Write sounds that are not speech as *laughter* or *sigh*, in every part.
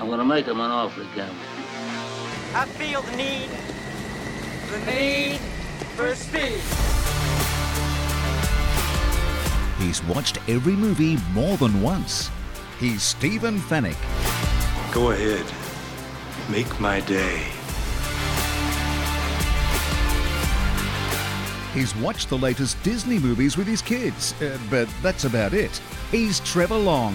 I'm going to make him an offer again. I feel the need, the need for speed. He's watched every movie more than once. He's Stephen Fennick. Go ahead. Make my day. He's watched the latest Disney movies with his kids, uh, but that's about it. He's Trevor Long.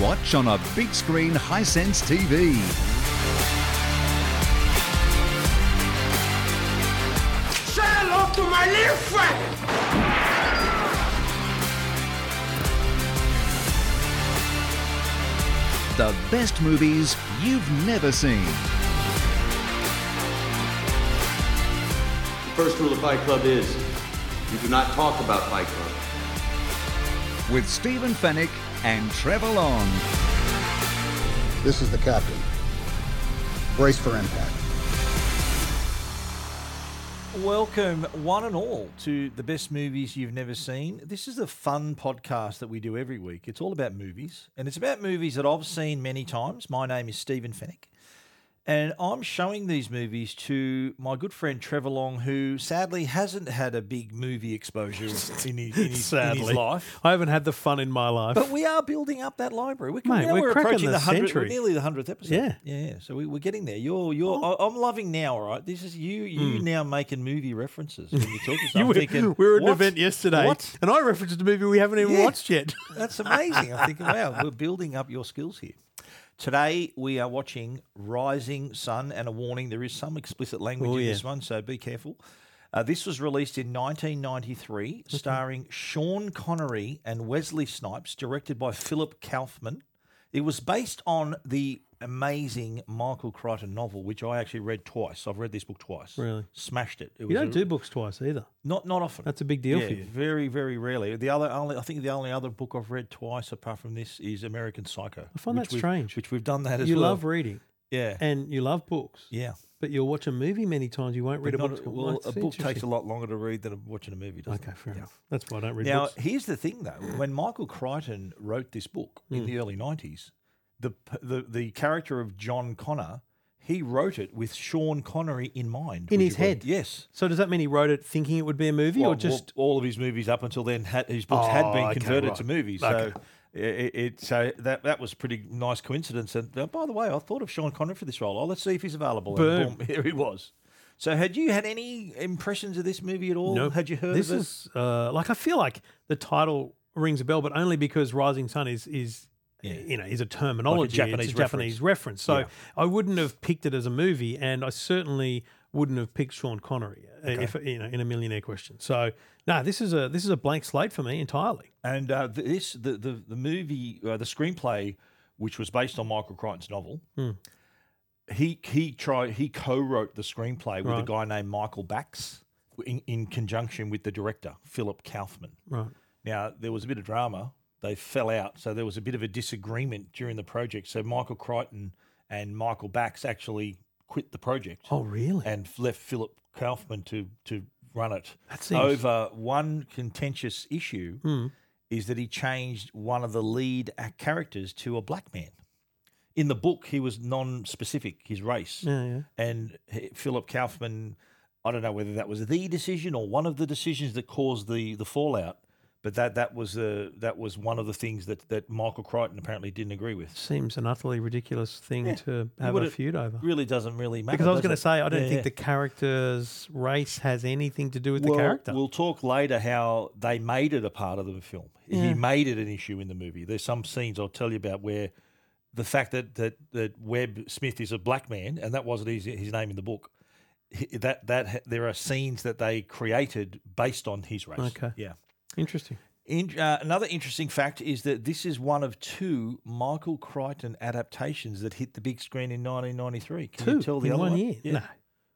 Watch on a big screen Hisense TV. Say hello to my little friend! The best movies you've never seen. First rule of Fight Club is you do not talk about Fight Club. With Stephen Fennick and Trevor Long. This is the captain. Brace for impact. Welcome, one and all, to the best movies you've never seen. This is a fun podcast that we do every week. It's all about movies, and it's about movies that I've seen many times. My name is Stephen Fennick, and I'm showing these movies to my good friend Trevor Long, who sadly hasn't had a big movie exposure in his, in his, in his Sadly, life. I haven't had the fun in my life. But we are building up that library. We're, Mate, you know, we're we're, cracking approaching the the hundred, century. nearly the hundredth episode. Yeah. Oh. yeah. So we, we're getting there. You're, you're. I I'm loving now. All right, this is you. You now making movie references when *laughs* you talk to Hmm. You someone. were, thinking, we were at an "What? event yesterday, What? and I referenced a movie we haven't even Yeah. watched yet. *laughs* That's amazing. I'm thinking, wow, we're building up your skills here. Today we are watching Rising Sun, and a warning: there is some explicit language Oh, in yeah. this one, so be careful. Uh, this was released in *laughs* 1993, starring Sean Connery and Wesley Snipes, directed by Philip Kaufman. It was based on the amazing Michael Crichton novel, which I actually read twice. I've read this book twice. Really? smashed it. it You don't a- do books twice either. not not often. That's a big deal Yeah, for you. Very very rarely. The other only I think the only other book I've read twice apart from this is American Psycho. I find which that we've- strange. Which we've done that as You well. love reading yeah and you love books, yeah. but you'll watch a movie many times. You won't read But a not- book. well, That's a book takes a interesting. lot longer to read than watching a movie. Doesn't Okay, it? fair Yeah. enough. That's why I don't read Now books. here's the thing though: when Michael Crichton wrote this book Hmm. in the early '90s, the p- the the character of John Connor. He wrote it with Sean Connery in mind. In would his you believe? head? Yes. So does that mean he wrote it thinking it would be a movie, Well, or just all all of his movies up until then had his books Oh, had been okay, converted right. to movies. Okay. So it, it so that that was pretty nice coincidence. And uh, by the way, I thought of Sean Connery for this role. Oh, let's see if he's available. Boom. And boom, *laughs* here he was. So had you had any impressions of this movie at all? Nope. Had you heard this of it? is uh, like I feel like the title rings a bell, but only because Rising Sun is is you know is a terminology, Japanese it's a Japanese reference. So I wouldn't have picked it as a movie, and I certainly wouldn't have picked Sean Connery uh, if you know in a millionaire question. So no, this is a this is a blank slate for me entirely. And uh, th- this, the the, the movie, uh, the screenplay, which was based on Michael Crichton's novel, Hmm. he he tried he co-wrote the screenplay with a Right. guy named Michael Bax in, in conjunction with the director Philip Kaufman. Right. Now there was a bit of drama; they fell out, so there was a bit of a disagreement during the project. So Michael Crichton and Michael Bax actually quit the project Oh really? and f- left Philip Kaufman to to run it That seems- Hmm. over one contentious issue is that he changed one of the lead ac- characters to a black man. In the book, he was non-specific his race, Yeah, yeah. and he- Philip Kaufman. I don't know whether that was the decision or one of the decisions that caused the the fallout, but that that was uh, that was one of the things that that Michael Crichton apparently didn't agree with. Seems an utterly ridiculous thing to You have a would've- feud over. really doesn't really matter. Because I was does going to it? say, I don't Yeah, think yeah. the character's race has anything to do with the character. We'll talk later how they made it a part of the film. He made it an issue in the movie. There's some scenes I'll tell you about where the fact that that, that Webb Smith is a black man and that wasn't his, his name in the book. he- That that there are scenes that they created based on his race. Okay. Yeah. Interesting. In, uh, another interesting fact is that this is one of two Michael Crichton adaptations that hit the big screen in 1993. Can Two you tell the in other one one? year? No.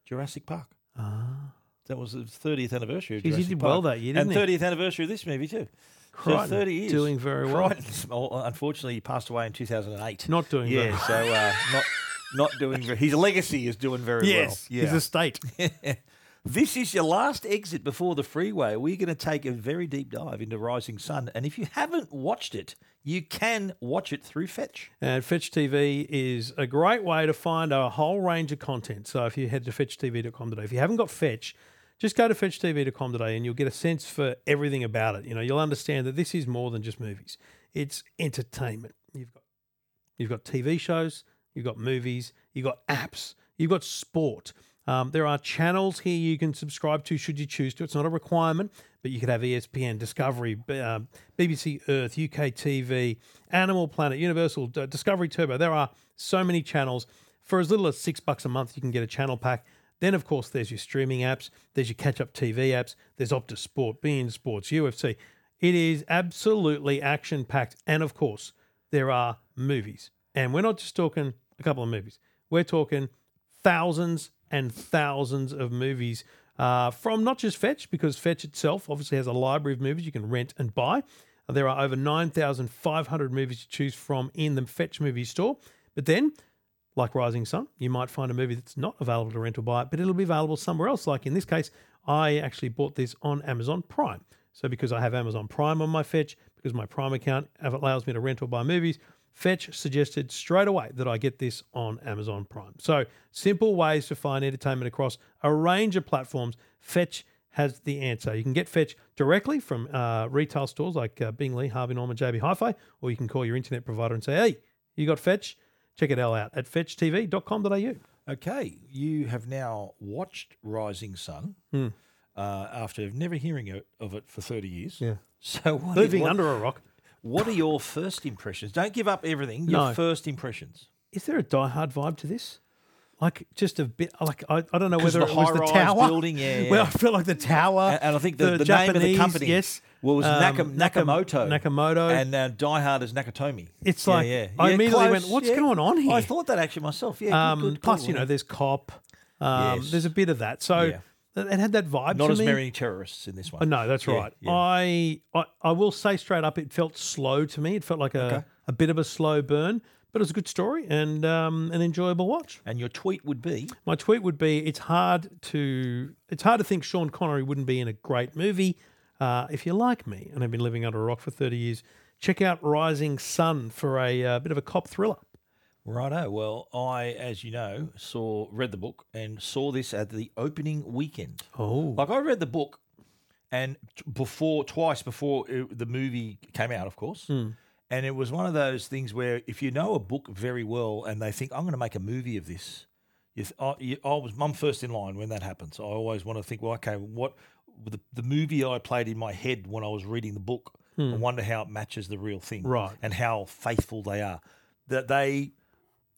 Jurassic Park. Ah. That was the 30th anniversary of Jeez, he Jurassic did Park. well that year, didn't and he? 30th anniversary of this movie too. Crichton so 30 years. doing very well. Crichton's- well. Unfortunately, he passed away in 2008. Not doing yeah, very well. so uh, not not doing very, his legacy is doing very Yes, well. his estate. *laughs* This is your last exit before the freeway. We're going to take a very deep dive into Rising Sun. And if you haven't watched it, you can watch it through Fetch. And Fetch TV is a great way to find a whole range of content. So if you head to fetchtv.com today, if you haven't got Fetch, just go to fetchtv.com today and you'll get a sense for everything about it. You know, you'll understand that this is more than just movies. It's entertainment. You've got you've got TV shows, you've got movies, you've got apps, you've got sport. Um, there are channels here you can subscribe to should you choose to. It's not a requirement, but you could have E ESPN, Discovery, B- um, BBC Earth, UK TV, Animal Planet, Universal, D- Discovery Turbo. There are so many channels. For as little as six bucks a month, you can get a channel pack. Then, of course, there's your streaming apps, there's your catch up TV apps, there's Optus Sport, Bein Sports, UFC. It is absolutely action packed. And, of course, there are movies. And we're not just talking a couple of movies. We're talking thousands and thousands of movies uh, from not just Fetch, because Fetch itself obviously has a library of movies you can rent and buy. There are over 9,500 movies to choose from in the Fetch movie store. But then like Rising Sun, you might find a movie that's not available to rent or buy, but it'll be available somewhere else. Like in this case, I actually bought this on Amazon Prime. So because I have Amazon Prime on my Fetch, because my Prime account allows me to rent or buy movies, Fetch suggested straight away that I get this on Amazon Prime. So simple ways to find entertainment across a range of platforms. Fetch has the answer. You can get Fetch directly from uh, retail stores like uh, Bingley, Harvey Norman, JB Hi-Fi, or you can call your internet provider and say, "Hey, you got Fetch?" check it all out at fetchtv.com.au. Okay, you have now watched Rising Sun Hmm. uh, after never hearing it, of it for 30 years. Yeah. So what, Living what- under a rock. what are your first impressions? Don't give up everything. Your No. first impressions. Is there a Die Hard vibe to this? Like just a bit, like I, I don't know 'Cause whether the it was the high-rise tower building, yeah, *laughs* yeah. Well, I feel like the tower, And, and I think the, the, name of the Uh, Japanese, company Yes, was um, Nakam- Nakam- Nakamoto. Nakamoto, And uh, Die Hard is Nakatomi. It's like- I immediately went, "What's going on here?" I thought that actually myself. Yeah. good, um, good call, plus you know yeah. there's cop. Um, Yes. There's a bit of that, so Yeah. th- it had that vibe. not to as me. many terrorists in this one. Oh, no, that's Yeah, right. yeah. I, I I will say straight up, it felt slow to me. It felt like a, a bit of a slow burn, but it was a good story and um, an enjoyable watch. and your tweet would be My tweet would be: It's hard to it's hard to think Sean Connery wouldn't be in a great movie. Uh, if you're like me and have been living under a rock for 30 years, check out Rising Sun for a uh, bit of a cop thriller. Righto. Well, I, as you know, saw read the book and saw this at the opening weekend. Oh, Like I read the book, and t- before twice before it, the movie came out, of course. And it was one of those things where if you know a book very well and they think I'm going to make a movie of this, you th- I, you, I was I'm first in line when that happens. I always want to think, well, okay, what the, the movie I played in my head when I was reading the book, I wonder how it matches the real thing, Right. And how faithful they are. That they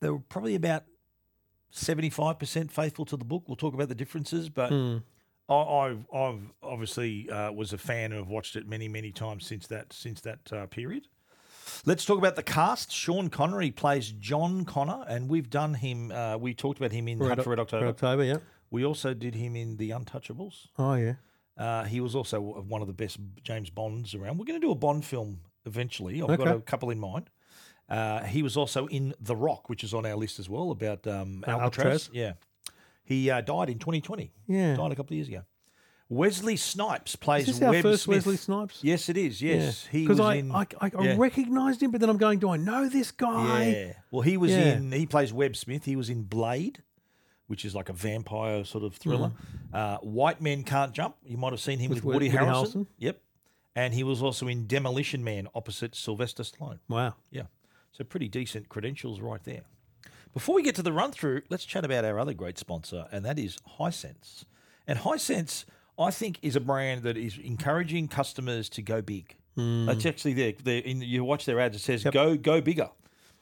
they were probably about seventy five percent faithful to the book. We'll talk about the differences, but I, I've, I've obviously uh, was a fan and have watched it many, many times since that since that uh, period. Let's talk about the cast. Sean Connery plays John Connor, and we've done him. Uh, we talked about him in Hunt for Red October. October, yeah. We also did him in The Untouchables. Oh, yeah. Uh, he was also one of the best James Bonds around. We're going to do a Bond film eventually. I've got Okay. a couple in mind. Uh, he was also in The Rock, which is on our list as well about um, Uh, Alcatraz. Alcatraz. Yeah, he uh, died in 2020. Yeah. died a couple of years ago. Wesley Snipes plays Is this our Webb first Smith. Wesley Snipes? Yes, it is. Yes, he because was I, in. I, I, I yeah. recognized him, but then I'm going, do I know this guy? Yeah. Well, he was Yeah. in. He plays Webb Smith. He was in Blade, which is like a vampire sort of thriller. Uh, White Men Can't Jump. You might have seen him Mm. With with, Wo- Woody, Woody Harrelson. Harrelson. Yep. And he was also in Demolition Man opposite Sylvester Stallone. Wow. Yeah. So pretty decent credentials right there. Before we get to the run through, let's chat about our other great sponsor, and that is Hisense. And Hisense, I think, is a brand that is encouraging customers to go big. That's actually there. In, you watch their ads; it says "Go, go bigger,"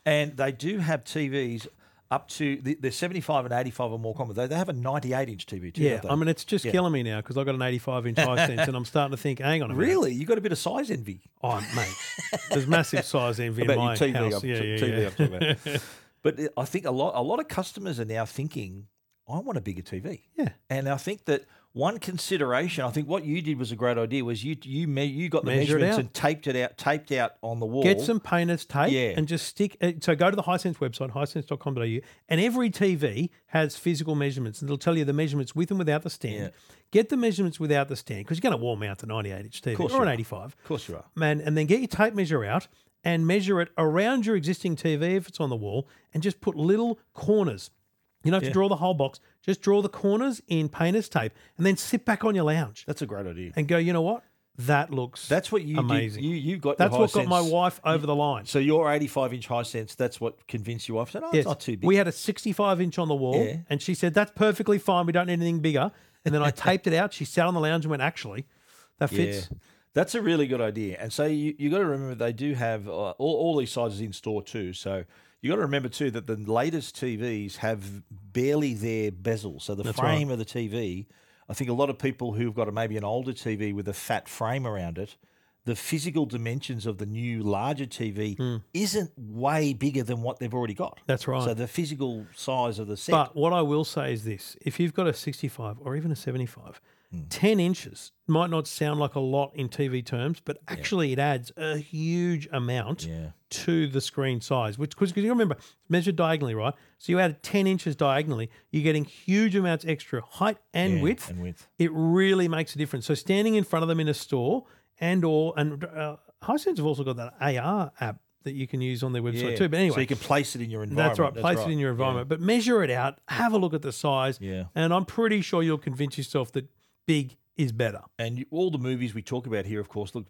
and they do have TVs up to the, they're 75 and 85 are more common. They, they have a 98 inch TV too. Yeah, don't they? I mean, it's just Yeah. killing me now because I've got an *laughs* 85 inch sense and I'm starting to think, hang on a minute. Really, you got a bit of size envy Oh, mate. There's massive size envy in my about your TV. house. I'm, yeah, yeah, TV yeah. *laughs* I'm talking about. But it- I think a lot a lot of customers are now thinking, I want a bigger TV. Yeah. And I think that one consideration, I think what you did was a great idea, was you you me, you got the Measure it measurements out. and taped it out taped out on the wall. Get some painters tape Yeah. and just stick it. So go to the Hisense website, hisense.com.au, and every TV has physical measurements. And it'll tell you the measurements with and without the stand. Yeah. Get the measurements without the stand because you're going to warm out the 98 inch TV course or you an are. 85. Of course you are. Man, and then get your tape measure out and measure it around your existing TV if it's on the wall and just put little corners. You don't have to draw the whole box, just draw the corners in painter's tape and then sit back on your lounge That's a great idea. and go, you know what? That looks That's what you amazing. did. You you got your That's what got my Hisense. wife over the line. So your 85 inch high sense, that's what convinced your wife. I said, oh, it's not too big. We had a 65 inch on the wall, Yeah. and she said, That's perfectly fine. We don't need anything bigger. *laughs* And then I taped it out. She sat on the lounge and went, Actually, that fits. Yeah. That's a really good idea. And so you you got to remember they do have uh, all, all these sizes in store too. So you got to remember too that the latest TVs have barely their bezel. So the frame of the TV, I think a lot of people who've got a, maybe an older TV with a fat frame around it, the physical dimensions of the new larger TV isn't way bigger than what they've already got. Hmm. That's right. So the physical size of the set. But what I will say is this if you've got a 65 or even a 75, Hmm. 10 inches might not sound like a lot in TV terms, but actually it adds a huge amount to the screen size, which, because you remember, it's measured diagonally, right? So you add 10 inches diagonally, you're getting huge amounts extra height and Yeah, width. and width. It really makes a difference. So standing in front of them in a store and or, and uh, Hisense have also got that AR app that you can use on their website Yeah. too. But anyway, so you can place it in your environment. that's right. Place it in your Yeah. environment, but measure it out. Have a look at the size. Yeah. And I'm pretty sure you'll convince yourself that big is better. and you- all the movies we talk about here, of course, look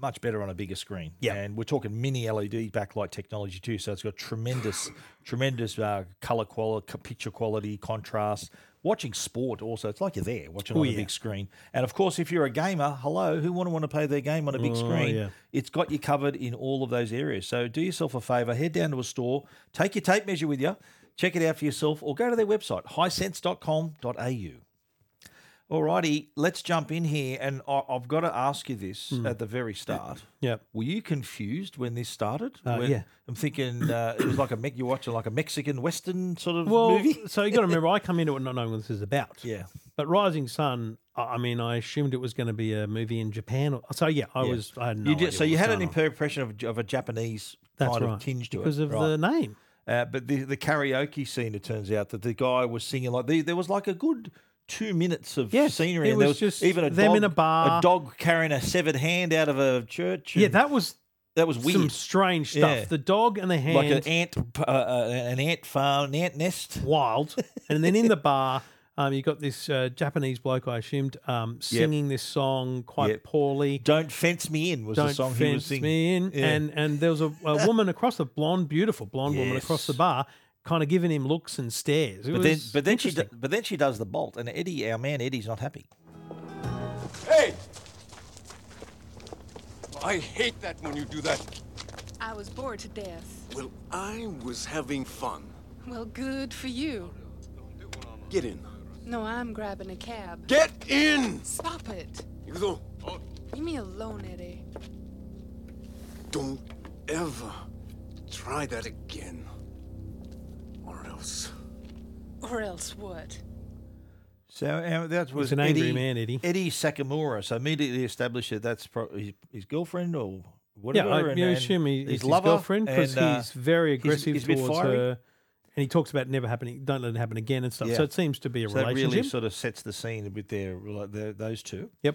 much better on a bigger screen. Yeah. and we're talking mini LED backlight technology too, so it's got tremendous, *laughs* tremendous uh, color quality, picture quality, contrast. Watching sport also, it's like you're there watching on Oh, yeah. a big screen. And of course, if you're a gamer, hello, who want to want to play their game on a big screen? Oh, yeah. It's got you covered in all of those areas. So do yourself a favor, head down to a store, take your tape measure with you, check it out for yourself, or go to their website, highsense.com.au. Alrighty, let's jump in here, and I, I've got to ask you this Hmm. at the very start. Yep. Were you confused when this started? Uh, When- yeah. I'm thinking uh, it was like a Mec- you're watching like a Mexican Western sort of Well, movie. *laughs* so you got to remember, I come into it not knowing what this is about. Yeah. But Rising Sun, I I mean, I assumed it was going to be a movie in Japan. Or, so yeah, I was. I had no you did, idea so what you was had an going on. impression of, of a Japanese That's kind right. of tinge to because it of Right. the name. Uh, but the, the karaoke scene, it turns out that the guy was singing like the, there was like a good two minutes of Yes, scenery, it and there was was just even a them dog, in a bar. a dog carrying a severed hand out of a church. Yeah, and that was that was weird. some strange stuff. Yeah. The dog and the hand, like an ant, uh, uh, an ant farm, an ant nest. *laughs* wild. and then in the bar, um, you got this uh, Japanese bloke, I assumed, um, singing this song quite Yep. poorly. Don't fence me in was Don't the song fence he was singing. me in. Yeah. And and there was a, *laughs* a woman across the blonde, beautiful blonde woman across the Yes. bar, kind of giving him looks and stares. It but then, was but then she, do, interesting. but then she does the bolt, and Eddie, our man Eddie's not happy. Hey! I hate that when you do that. I was bored to death. Well, I was having fun. Well, good for you. Get in. No, I'm grabbing a cab. Get in! Stop it. You don't, Leave me alone, Eddie. don't ever try that again. Or else. Or else what? So uh, that was an angry man, Eddie. Eddie Sakamura. So immediately established that that's pro- his, his girlfriend or yeah, whatever. I, and- you and assume he, he's his lover, girlfriend because and, uh, he's very he's- aggressive he's a bit towards fiery. her, and he talks about never happening, don't let it happen again, and stuff. Yeah. So it seems to be a So that relationship. really sort of sets the scene with their, rela- their those two. yep.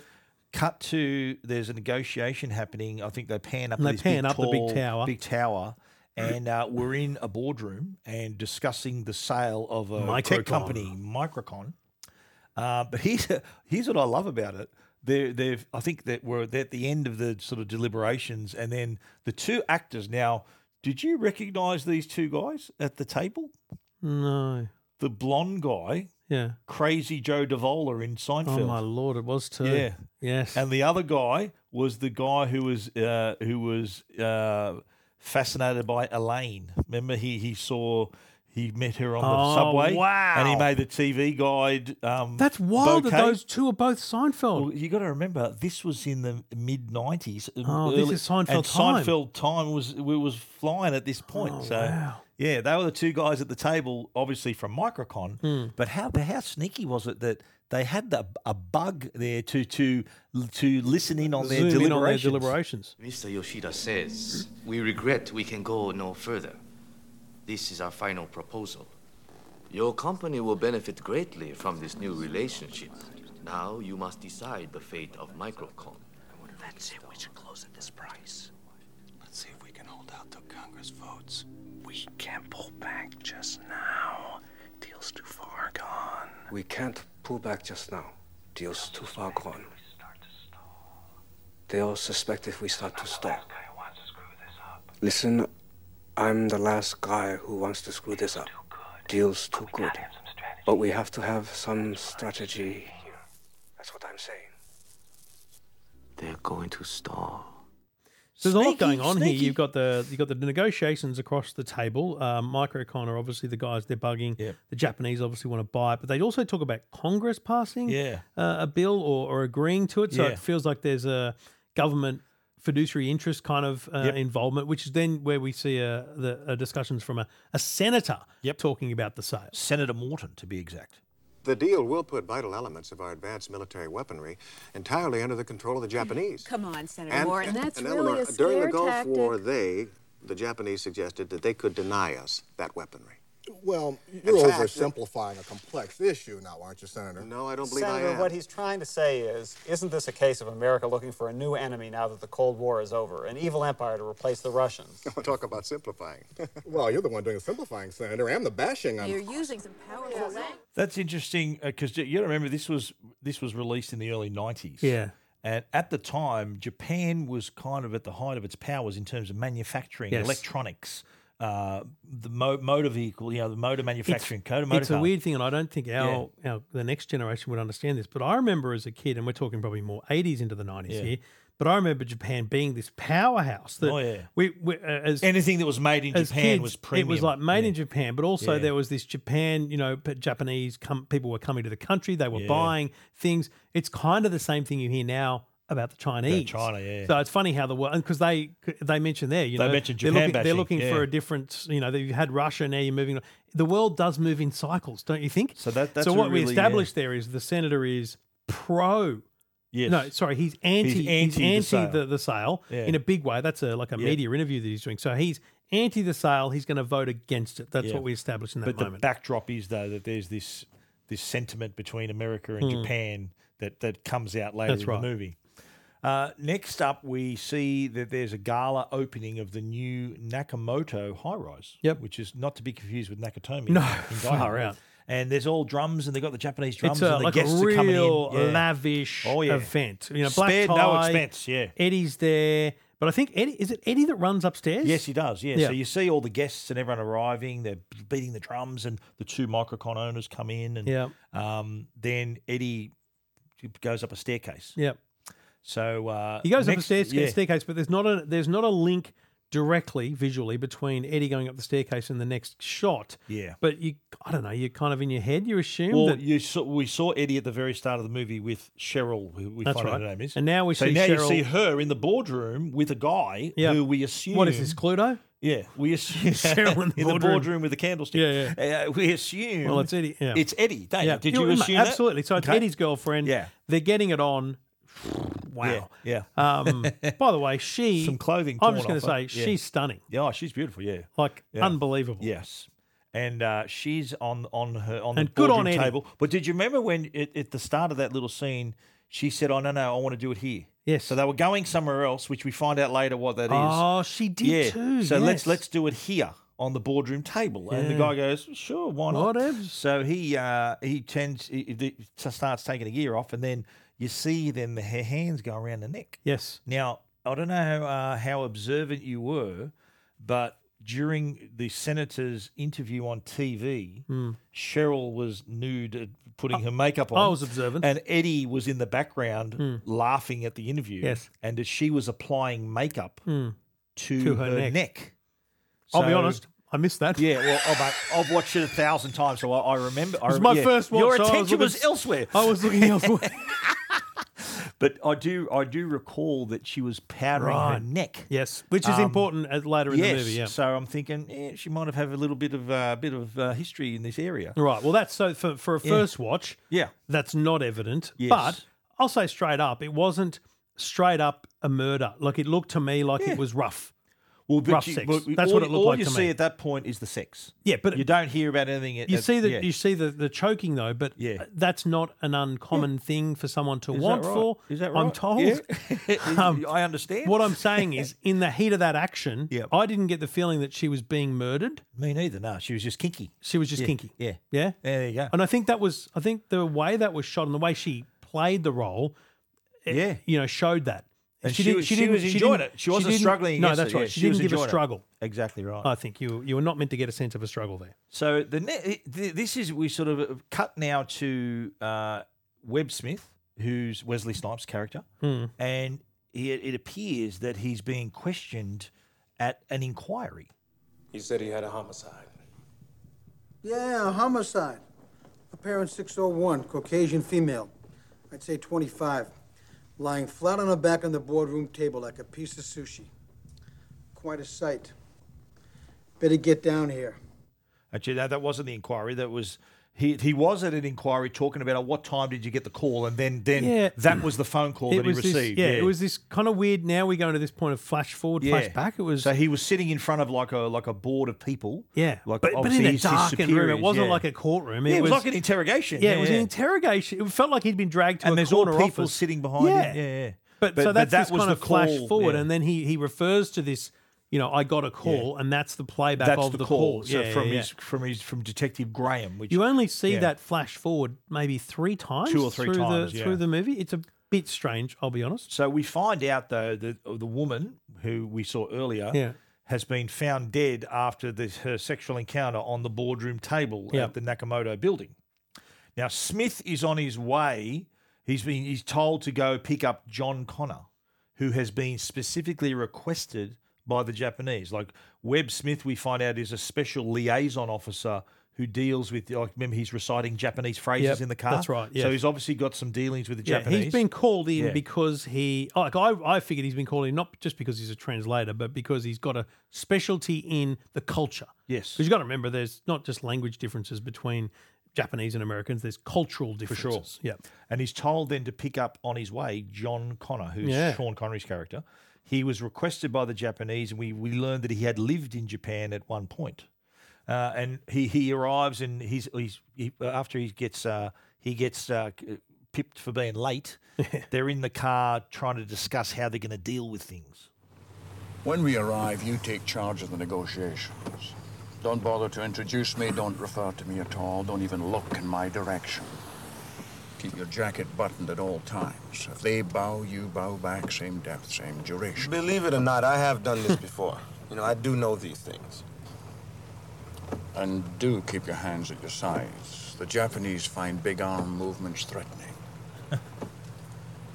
cut to there's a negotiation happening. I think they pan up. And they this pan big up the big tall- tower. Big tower. And uh, we're in a boardroom and discussing the sale of a Microcon. tech company, Microcon. Uh, but here's *laughs* here's what I love about it. They're, they've I think that we're at the end of the sort of deliberations, and then the two actors now. Did you recognise these two guys at the table? No. The blonde guy, Yeah. Crazy Joe Davola in Seinfeld. Oh my lord, it was too. Yeah. Yes. And the other guy was the guy who was uh, who was uh, fascinated by Elaine. Remember, he he saw He met her on Oh, the subway. wow. And he made the TV guide. Um, That's wild that bouquet. those two are both Seinfeld. Well, you got to remember, this was in the mid '90s. um, Oh, this is Seinfeld and time. Seinfeld time was we was flying at this point. Oh, so, wow. yeah, they were the two guys at the table, obviously from Microcon. Hmm. But how how sneaky was it that they had the, a bug there to to to listen in on their Zoom in on their deliberations? deliberations. Mr. Yoshida says, We regret we can go no further. This is our final proposal. Your company will benefit greatly from this new relationship. Now you must decide the fate of Microcom. Let's see if we should close at this price. Let's see if we can hold out till Congress votes. We can't pull back just now. Deal's too far gone. We can't pull back just now. Deal's too far gone. They'll suspect if we start to stall. Listen, I'm the last guy who wants to screw this up. Deal's too good. But we have to have some strategy here. That's what I'm saying. They're going to stall. So there's a lot Sneaky, going on sneaky. here. You've got the you've got the negotiations across the table. Um, Microcon are obviously the guys they're bugging. The Japanese obviously want to buy it, but they also talk about Congress passing Yeah. uh, a bill or, or agreeing to it. So Yeah. it feels like there's a government fiduciary interest kind of uh, Yep. involvement, which is then where we see uh, the uh, discussions from a, a senator talking about the sale. Senator Morton, to be exact. The deal will put vital elements of our advanced military weaponry entirely under the control of the Japanese. Come on, Senator And, Warren. and That's really Eleanor, a during the scare Gulf tactic. War, they, the Japanese, suggested that they could deny us that weaponry. Well, you're fact, oversimplifying a complex issue now, aren't you, Senator? No, I don't Senator, what he's trying to say is, isn't this a case of America looking for a new enemy now that the Cold War is over, an evil empire to replace the Russians? *laughs* Talk about simplifying. *laughs* well, you're the one doing the simplifying, Senator. I'm the bashing. I'm You're using some powerful language. That's interesting because you gotta remember this was this was released in the early nineties. Yeah. And at the time, Japan was kind of at the height of its powers in terms of manufacturing Yes. electronics, uh, the mo- motor vehicle, you know, the motor manufacturing code. Motor it's a car. weird thing, and I don't think our, our the next generation would understand this. But I remember as a kid, and we're talking probably more eighties into the nineties Yeah. here. But I remember Japan being this powerhouse. That Oh, yeah. we, we uh, as anything that was made in as Japan kids, was It was premium. like made in Japan, but also Yeah. there was this Japan. You know, p- Japanese com- people were coming to the country. They were Yeah. buying things. It's kind of the same thing you hear now. About the Chinese, China, yeah. So it's funny how the world because they they mentioned there, you They know, mentioned they're Japan looking, they're bashing, looking yeah. for a different, you know, you had Russia, now you're moving. on. The world does move in cycles, don't you think? So that- that's so a what we really- established there is the senator is pro. Yes. No, sorry, he's anti. He's anti anti, the sale. the, the, sale Yeah. in a big way. That's a like a Yeah. media interview that he's doing. So he's anti the sale. He's going to vote against it. That's Yeah. what we established in that but the moment. backdrop is though that there's this this sentiment between America and Hmm. Japan that that comes out later That's in right. the movie. Uh, next up, we see that there's a gala opening of the new Nakamoto high rise. Yep. Which is not to be confused with Nakatomi. No, in far Daiha. out. And there's all drums, and they've got the Japanese drums. it's a, and the like a guests are coming in. real Yeah. lavish Oh, yeah. event. You know, black Spared tie, no expense, yeah. Eddie's there, but I think Eddie is it Eddie that runs upstairs? Yes, he does. Yeah. So you see all the guests and everyone arriving. They're beating the drums, and the two microcon owners come in, and Yeah. um, then Eddie goes up a staircase. Yep. So uh, He goes up next- the staircase, yeah. staircase, but there's not a there's not a link directly visually between Eddie going up the staircase and the next shot. Yeah. But you, I don't know, you're kind of in your head. You assume Well, that you saw, we saw Eddie at the very start of the movie with Cheryl, who we That's find out right. her name is, And now we so see now you Cheryl- see her in the boardroom with a guy Yeah. who we assume What is this, Cluedo? Yeah, *laughs* we assume *laughs* Cheryl in the boardroom. boardroom with a candlestick. Yeah, yeah. Uh, we assume. well, it's Eddie. Yeah. It's Eddie. don't you? Did you remember- assume that? absolutely? So it's Okay. Eddie's girlfriend. Yeah. They're getting it on. Wow. Yeah. *laughs* Um, by the way, she Some clothing. I'm just torn going off to say her. Yeah. she's stunning. Yeah, oh, she's beautiful. Yeah, Like Yeah. unbelievable. Yes, and uh, she's on on her on the And good on boardroom Eddie. table. But did you remember when it, at the start of that little scene, she said, "Oh no, no, I want to do it here." Yes. So they were going somewhere else, which we find out later what that is. Oh, she did yeah. too, So let's yes. let's do it here on the boardroom table. And the Yeah. guy goes, "Sure, why not?" Whatever. So he uh, he tends he, he he starts taking a gear off, and then you see then the her hands go around the neck. Yes. Now, I don't know uh, how observant you were, but during the senator's interview on TV, Hmm. Oh. Cheryl was nude, uh, putting her makeup on. I was observant. And Eddie was in the background Hmm. laughing at the interview. Yes. And as she was applying makeup Hmm. to, To her, her neck. neck. I'll be So honest, I missed that. Yeah, well, oh, mate, I've watched it a thousand times, so I, I remember. I It was rem- my yeah. first watch. Your so I attention was, looking- elsewhere. I was looking elsewhere. but I do, I do recall that she was powdering *laughs* her Right. neck. Yes, which is Um, important as later in yes, the movie. Yeah. So I'm thinking eh, she might have had a little bit of uh, bit of uh, history in this area. Right. Well, that's so for, for a Yeah. first watch. Yeah. That's not evident. Yes. But I'll say straight up, it wasn't straight up a murder. Like it looked to me like Yeah. it was rough. Well, but rough you- sex. well, that's all- what it looked all like you to see me. at that point is the sex. Yeah, but you don't hear about anything. At, you at- see that yeah. you see the, the choking though, but yeah. that's not an uncommon thing for someone to Is that want right? for. Is that I'm right? told. *laughs* Um, Yeah. *laughs* I understand. What I'm *laughs* saying is, in the heat of that action, I didn't get the feeling that she was being murdered. Me neither. No, she was just kinky. She was just Yeah, kinky. yeah. yeah. There you go. And I think that was, I think the way that was shot and the way she played the role, it- Yeah. you know, showed that. And she was- she was enjoying didn't- it. She wasn't didn't- struggling No, against that's it, yeah. right. She, She was didn't give a enjoying it. struggle. Exactly right. I think you you were not meant to get a sense of a struggle there. So the ne- th- this is we sort of uh, cut now to uh, Webb Smith, who's Wesley Snipes' character, Hmm. and he, it appears that he's being questioned at an inquiry. He said he had a homicide. Yeah, homicide. Apparent 601, Caucasian female. I'd say 25. Lying flat on her back on the boardroom table like a piece of sushi. Quite a sight. Better get down here. Actually, no, that wasn't the inquiry. That was he. He was at an inquiry talking about "Oh, what time did you get the call, and then then Yeah. that was the phone call that he was received. This, yeah, it was this kind of weird. Now we go into this point of flash forward, Yeah. flash back. It was so he was sitting in front of like a like a board of people. yeah, like but, but obviously in a his- his darkened room. It superiors, wasn't yeah. like a courtroom. Yeah, it was like an interrogation. Yeah, Yeah, it was yeah. an interrogation. It felt like he'd been dragged to And a there's all corner people office. sitting behind him. Yeah, Yeah, yeah. But, But- so but that's that this was kind the of flash call, forward, yeah. and then he he refers to this. You know, I got a call, and that's the playback That's of the, the, call. So Yeah, from yeah, his from his from Detective Graham, yeah. which you only see yeah. that flash forward maybe three times, Two or three through times, the, yeah. through the movie. It's a bit strange, I'll be honest. So we find out though that the woman who we saw earlier Yeah. has been found dead after this, her sexual encounter on the boardroom table Yeah. at the Nakamoto building. Now Smith is on his way. He's been he's told to go pick up John Connor, who has been specifically requested by the Japanese. Like Webb Smith, we find out is a special liaison officer who deals with like remember he's reciting Japanese phrases Yep, in the car. that's right, So yeah. he's obviously got some dealings with the Yeah, Japanese. he's been called in Yeah. because he oh, like I, I figured he's been called in not just because he's a translator, but because he's got a specialty in the culture. Yes. Because you gotta remember there's not just language differences between Japanese and Americans, there's cultural for sure. differences. Yeah. And he's told then to pick up on his way John Connor, who's Yeah. Sean Connery's character. He was requested by the Japanese, and we, we learned that he had lived in Japan at one point. Uh, and he, he arrives and he's, he's he, after he gets uh, he gets uh, c- pipped for being late. they're in the car trying to discuss how they're going to deal with things. When we arrive, you take charge of the negotiations. Don't bother to introduce me, don't refer to me at all, don't even look in my direction. Keep your jacket buttoned at all times. If they bow, you bow back, same depth, same duration. Believe it or not, I have done this before. You know, I do know these things. And do keep your hands at your sides. The Japanese find big arm movements threatening. *laughs*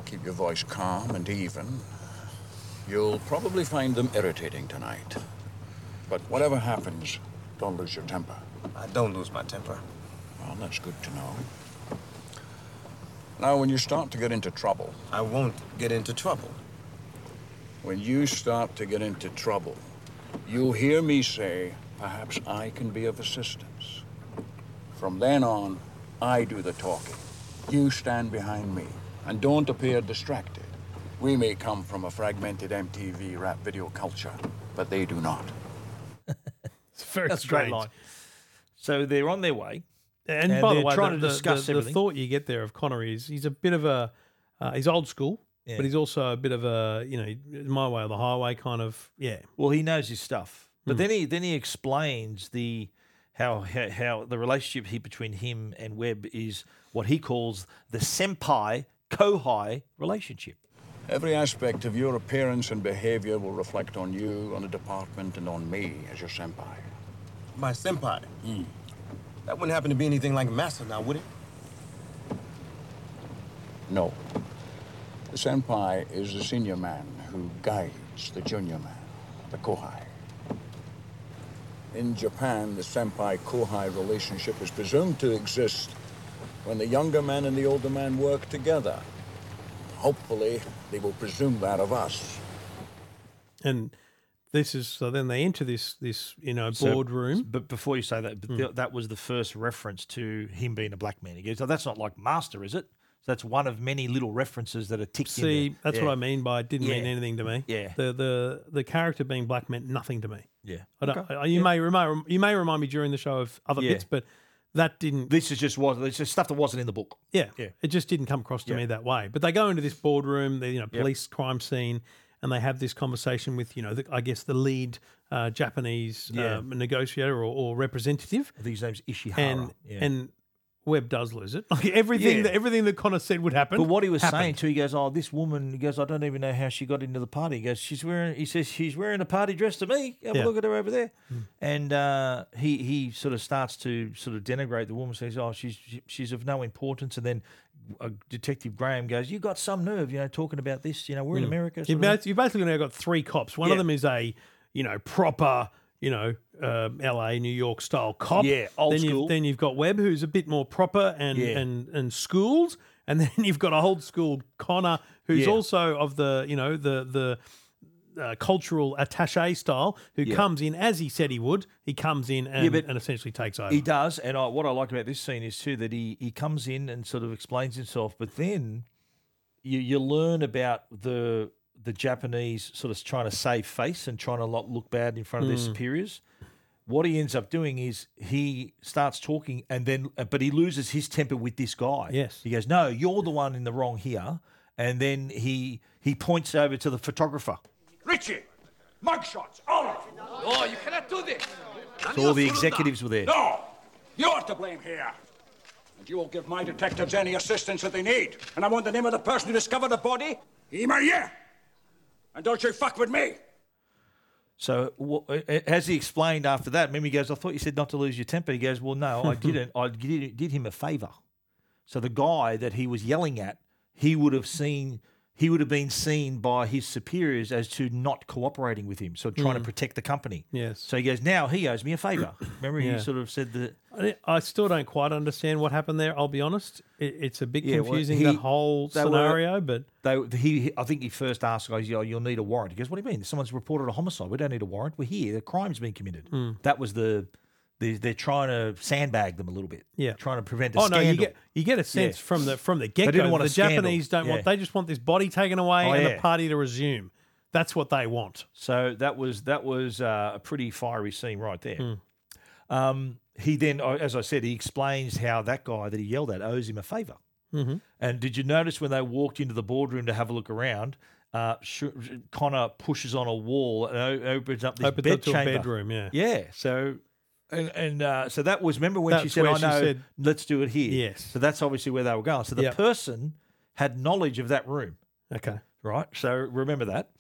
keep your voice calm and even. You'll probably find them irritating tonight. But whatever happens, don't lose your temper. I don't lose my temper. Well, that's good to know. Now, when you start to get into trouble. I won't get into trouble. When you start to get into trouble, you'll hear me say, perhaps I can be of assistance. From then on, I do the talking. You stand behind me and don't appear distracted. We may come from a fragmented MTV rap video culture, but they do not. It's very That's a great strange. line. So they're on their way, And, by the they're way, trying the, to the- discuss the, the everything. thought you get there of Connery is he's a bit of a uh, he's old school, Yeah. but he's also a bit of a you know my way or the highway kind of yeah. Well, he knows his stuff, but Hmm. then he then he explains the how, how how the relationship here between him and Webb is what he calls the senpai kohai relationship. Every aspect of your appearance and behavior will reflect on you, on the department, and on me as your senpai. My senpai. That wouldn't happen to be anything like Massa now, would it? No. The senpai is the senior man who guides the junior man, the kohai. In Japan, the senpai kohai relationship is presumed to exist when the younger man and the older man work together. Hopefully, they will presume that of us. And this is so. Then they enter this this you know So- boardroom. but before you say that, but Hmm. th- that was the first reference to him being a black man. He goes, "Oh, that's not like master, is it?" So that's one of many little references that are ticked. See, in there. that's Yeah. what I mean by it didn't mean Yeah. anything to me. Yeah. The the the character being black meant nothing to me. Yeah. I don't, Okay. I- you may remind you may remind me during the show of other Yeah. bits, but that didn't. This is just was it's just stuff that wasn't in the book. Yeah. Yeah. It just didn't come across to Yeah. me that way. But they go into this boardroom, the you know Yep. police crime scene, and they have this conversation with you know the, I guess the lead uh, Japanese Yeah. um, negotiator or, or representative. I think his name's Ishihara. And Yeah. and Webb does lose it. *laughs* Like everything Yeah. that everything that Connor said would happen. But what he was happened. saying too, he goes, "Oh, this woman." He goes, "I don't even know how she got into the party." He goes, "She's wearing." He says, "She's wearing a party dress to me." Have Yeah. Hmm. a look at her over there. And uh, he he sort of starts to sort of denigrate the woman. Says, "Oh, she's she's of no importance." And then uh, Detective Graham goes, "You got some nerve, you know, talking about this. You know, we're in Mm. America." You sort of thing." bas- You've basically now got three cops. One of Yeah. them is a you know proper you know um, L.A. New York style cop. Yeah, old then school. You've, then you've got Webb, who's a bit more proper and Yeah. and and schooled, and *laughs* then you've got old school Connor, who's Yeah. also of the you know the the. Uh, cultural attaché style, who Yeah. comes in as he said he would. He comes in and, Yeah, but and essentially takes over. He does, and I, what I like about this scene is too that he he comes in and sort of explains himself, but then you you learn about the the Japanese sort of trying to save face and trying to not look bad in front of their Mm. superiors. What he ends up doing is he starts talking, and then uh, but he loses his temper with this guy. Yes. he goes, "No, you're the one in the wrong here," and then he he points over to the photographer. Richie, mugshots, all of you. No, you cannot do this. So all the executives were there. No, you're to blame here. And you will give my detectives any assistance that they need. And I want the name of the person who discovered the body. Him or you. And don't you fuck with me. So wha- as he explained after that, Mimi goes, "I thought you said not to lose your temper." He goes, "Well, no, *laughs* I didn't. I did, did him a favor." So the guy that he was yelling at, he would have seen, he would have been seen by his superiors as to not cooperating with him, so trying Mm. to protect the company. Yes. So he goes, "Now he owes me a favor." *clears throat* Remember, Yeah. he sort of said that. I, di- I still don't quite understand what happened there. I'll be honest; it, it's a bit Yeah, well, confusing he- that whole they were- scenario. but They, he, I think he first asked, "Guys, oh, you'll need a warrant." He goes, "What do you mean? Someone's reported a homicide. We don't need a warrant. We're here. The crime's been committed." Mm. That was the, the they're trying to sandbag them a little bit. Yeah. trying to prevent a oh scandal. no, you get you get a sense Yeah. from the from the They get didn't go. want The a scandal. Japanese don't Yeah. want; they just want this body taken away Oh, and yeah. the party to resume. That's what they want. So that was that was uh, a pretty fiery scene right there. Hmm. Um, he then, uh, as I said, he explains how that guy that he yelled at owes him a favor. Mm-hmm. And did you notice when they walked into the boardroom to have a look around? Uh, Sh- Connor pushes on a wall and o- opens up this Opens bed up to a chamber. bedroom, yeah. yeah. So, and, and uh, so that was. Remember when she That's said, where "I she know, said- let's do it here." Yes. So that's obviously where they were going. So the Yep. person had knowledge of that room Okay. right? So remember that.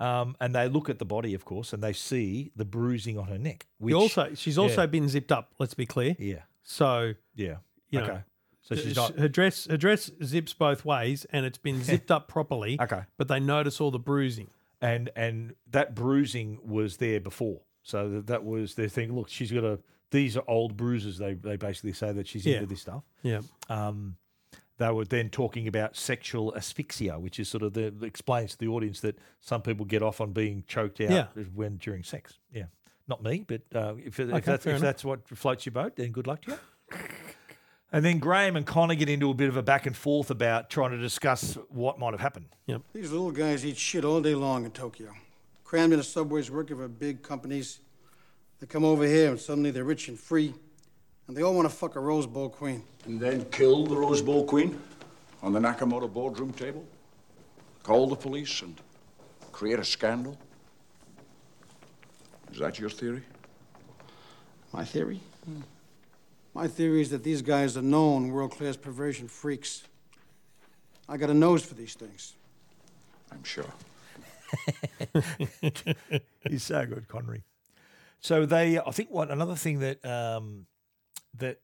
Um, and they look at the body, of course, and they see the bruising on her neck. We Which also she's also Yeah. been zipped up. Let's be clear. Yeah. So Yeah. you know, Okay. So th- she's sh- not- her dress. Her dress zips both ways, and it's *laughs* been zipped up properly. Okay. But they notice all the bruising. and and that bruising was there before. So that, that was their thing. Look, she's got a. These are old bruises. They they basically say that she's Yeah. into this stuff. Yeah. Um, they were then talking about sexual asphyxia, which is sort of the that explains to the audience that some people get off on being choked out Yeah. when during sex. Yeah, not me, but uh, if, if, Okay, that's, fair if enough. that's what floats your boat, then good luck to you. *laughs* And then Graham and Connor get into a bit of a back and forth about trying to discuss what might have happened. Yep. These little guys eat shit all day long in Tokyo, crammed into subways working for big companies. They come over here and suddenly they're rich and free, and they all want to fuck a Rose Bowl queen. And then kill the Rose Bowl Queen on the Nakamoto boardroom table, call the police, and create a scandal? Is that your theory? My theory? My theory is that these guys are known world class perversion freaks. I got a nose for these things. I'm sure. *laughs* He's so good, Connery. So they, I think, what another thing that um, that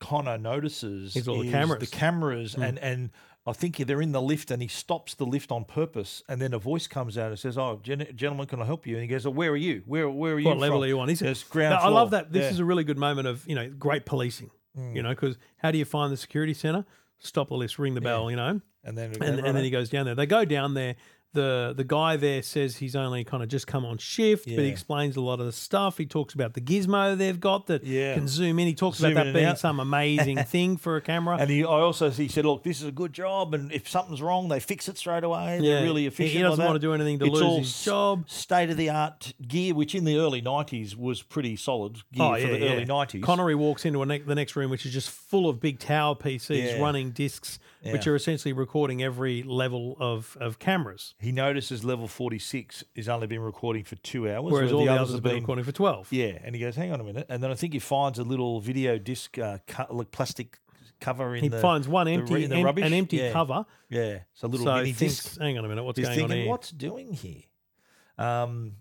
Connor notices Is all the is cameras. the cameras, Hmm. and and I think they're in the lift and he stops the lift on purpose. And then a voice comes out and says, Oh, gen- gentlemen, can I help you? And he goes, oh, Where are you? Where, where are you? what level from?" are you on? Is Says, it ground No, I floor." love that. This Yeah. is a really good moment of you know great policing. You Mm. know, because how do you find the security center? Stop the list, ring the bell. You know, And then- and, and then he goes down there. They go down there. The the guy there says he's only kind of just come on shift, but he Yeah. explains a lot of the stuff. He talks about the gizmo they've got that Yeah. can zoom in. He talks Zoom in about that and being out. *laughs* some amazing thing for a camera. And he, I also he said, look, this is a good job, and if something's wrong, they fix it straight away. Yeah. They're really He- he efficient. doesn't like wanna that. do anything to it's lose all his job. State of the art gear, which in the early '90s was pretty solid gear for the early '90s. Oh, Connery walks into a ne- the next room, which is just full of big tower PCs Yeah. running discs, which Yeah. are essentially recording every level of, of cameras. he notices level 46 has only been recording for two hours, Whereas where all the others others have been recording for 12. Yeah, and he goes, hang on a minute, and then I think he finds a little video disc, uh, cut, like plastic cover in He the finds one the re- empty, in the em- rubbish. an empty Yeah. cover. Yeah, it's a little So he mini thinks, disc. Hang on a minute, what's He's going on thinking, here? What's doing here? Um,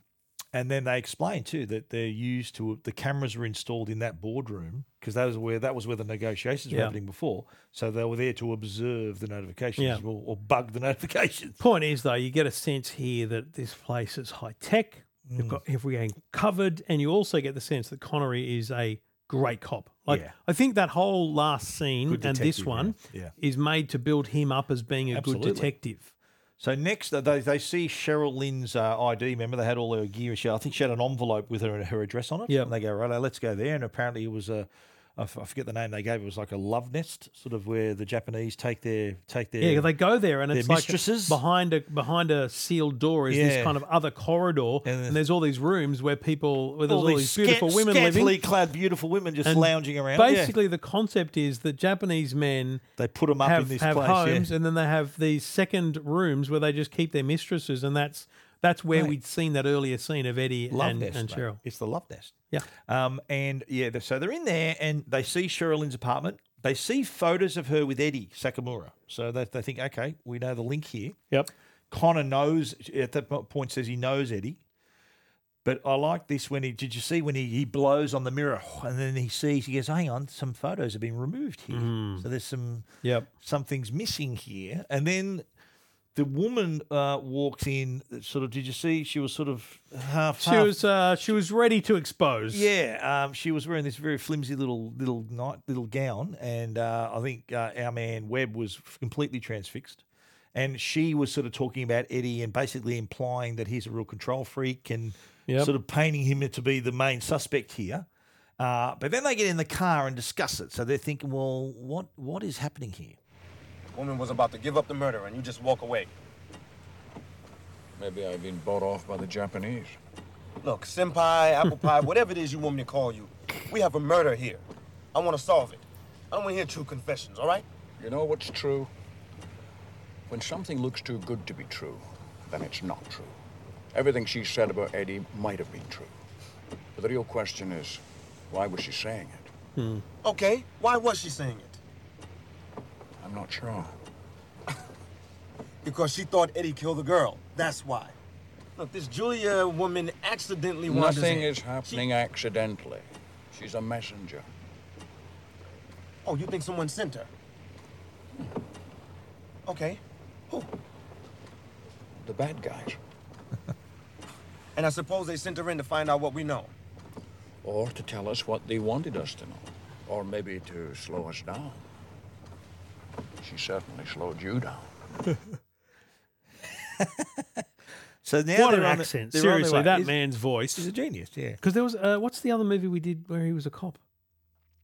and then they explain too that they're used to the cameras were installed in that boardroom because that was where that was where the negotiations were Yeah. happening before. So they were there to observe the notifications Yeah. or, or bug the *laughs* notifications. Point is though, you get a sense here that this place is high tech. Mm. They've got everything covered, and you also get the sense that Connery is a great cop. Like Yeah. I think that whole last scene Good and this detective, one yeah. Yeah. is made to build him up as being a Absolutely. good detective. So next, uh, they, they see Cheryl Lynn's uh, ID. Remember, they had all her gear. She, I think she had an envelope with her her address on it. Yep. And they go, right, let's go there. And apparently, it was a I f- I forget the name they gave. It was like a love nest, sort of where the Japanese take their take their Yeah, they go there and their it's mistresses. like behind a behind a sealed door is this Yeah. kind of other corridor, and, there's all these rooms where people where there's all, these sca- beautiful women living. scantily clad beautiful women just And lounging around. Yeah. Basically, the concept is that Japanese men they put them up have, in this have place. yeah. homes, and then they have these second rooms where they just keep their mistresses, and that's that's where Mate. we'd seen that earlier scene of Eddie Love and, nest, and mate. Cheryl. It's the love nest. Yeah. Um, and yeah, they're- so they're in there and they see Sherilyn's apartment. They see photos of her with Eddie Sakamura. So they, they think, okay, we know the link here. Yep. Connor knows, at that po- point, says he knows Eddie. But I like this when he, did you see when he, he blows on the mirror and then he sees, he goes, hang on, some photos have been removed here. So there's some, Mm. Yep. something's missing here. And then the woman uh, walks in, sort of, did you see? She was sort of half. She half- was uh, she was ready to expose. yeah, um, she was wearing this very flimsy little little night little gown, and uh, I think uh, our man Webb was completely transfixed. And she was sort of talking about Eddie and basically implying that he's a real control freak and Yep. sort of painting him to be the main suspect here. Uh, but then they get in the car and discuss it. So they're thinking, well, what what is happening here? Woman was about to give up the murder, and you just walk away. Maybe I've been bought off by the Japanese. Look, senpai, apple *laughs* pie, whatever it is you want me to call you, we have a murder here. I want to solve it. I don't want to hear true confessions, all right? You know what's true? When something looks too good to be true, then it's not true. Everything she said about Eddie might have been true. But the real question is, why was she saying it? Hmm. Okay, why was she saying it? I'm not sure. Because she thought Eddie killed the girl. That's why. Look, this Julia woman accidentally wanders Nothing in. is happening accidentally. She's a messenger. Oh, you think someone sent her? Okay. The bad guys. And I suppose they sent her in to find out what we know. Or to tell us what they wanted us to know. Or maybe to slow us down. She certainly slowed you down. So now what they're an on the- accent! they're on their Seriously, way. that Is- man's voice. He's a genius. Yeah. Because there was uh, what's the other movie we did where he was a cop?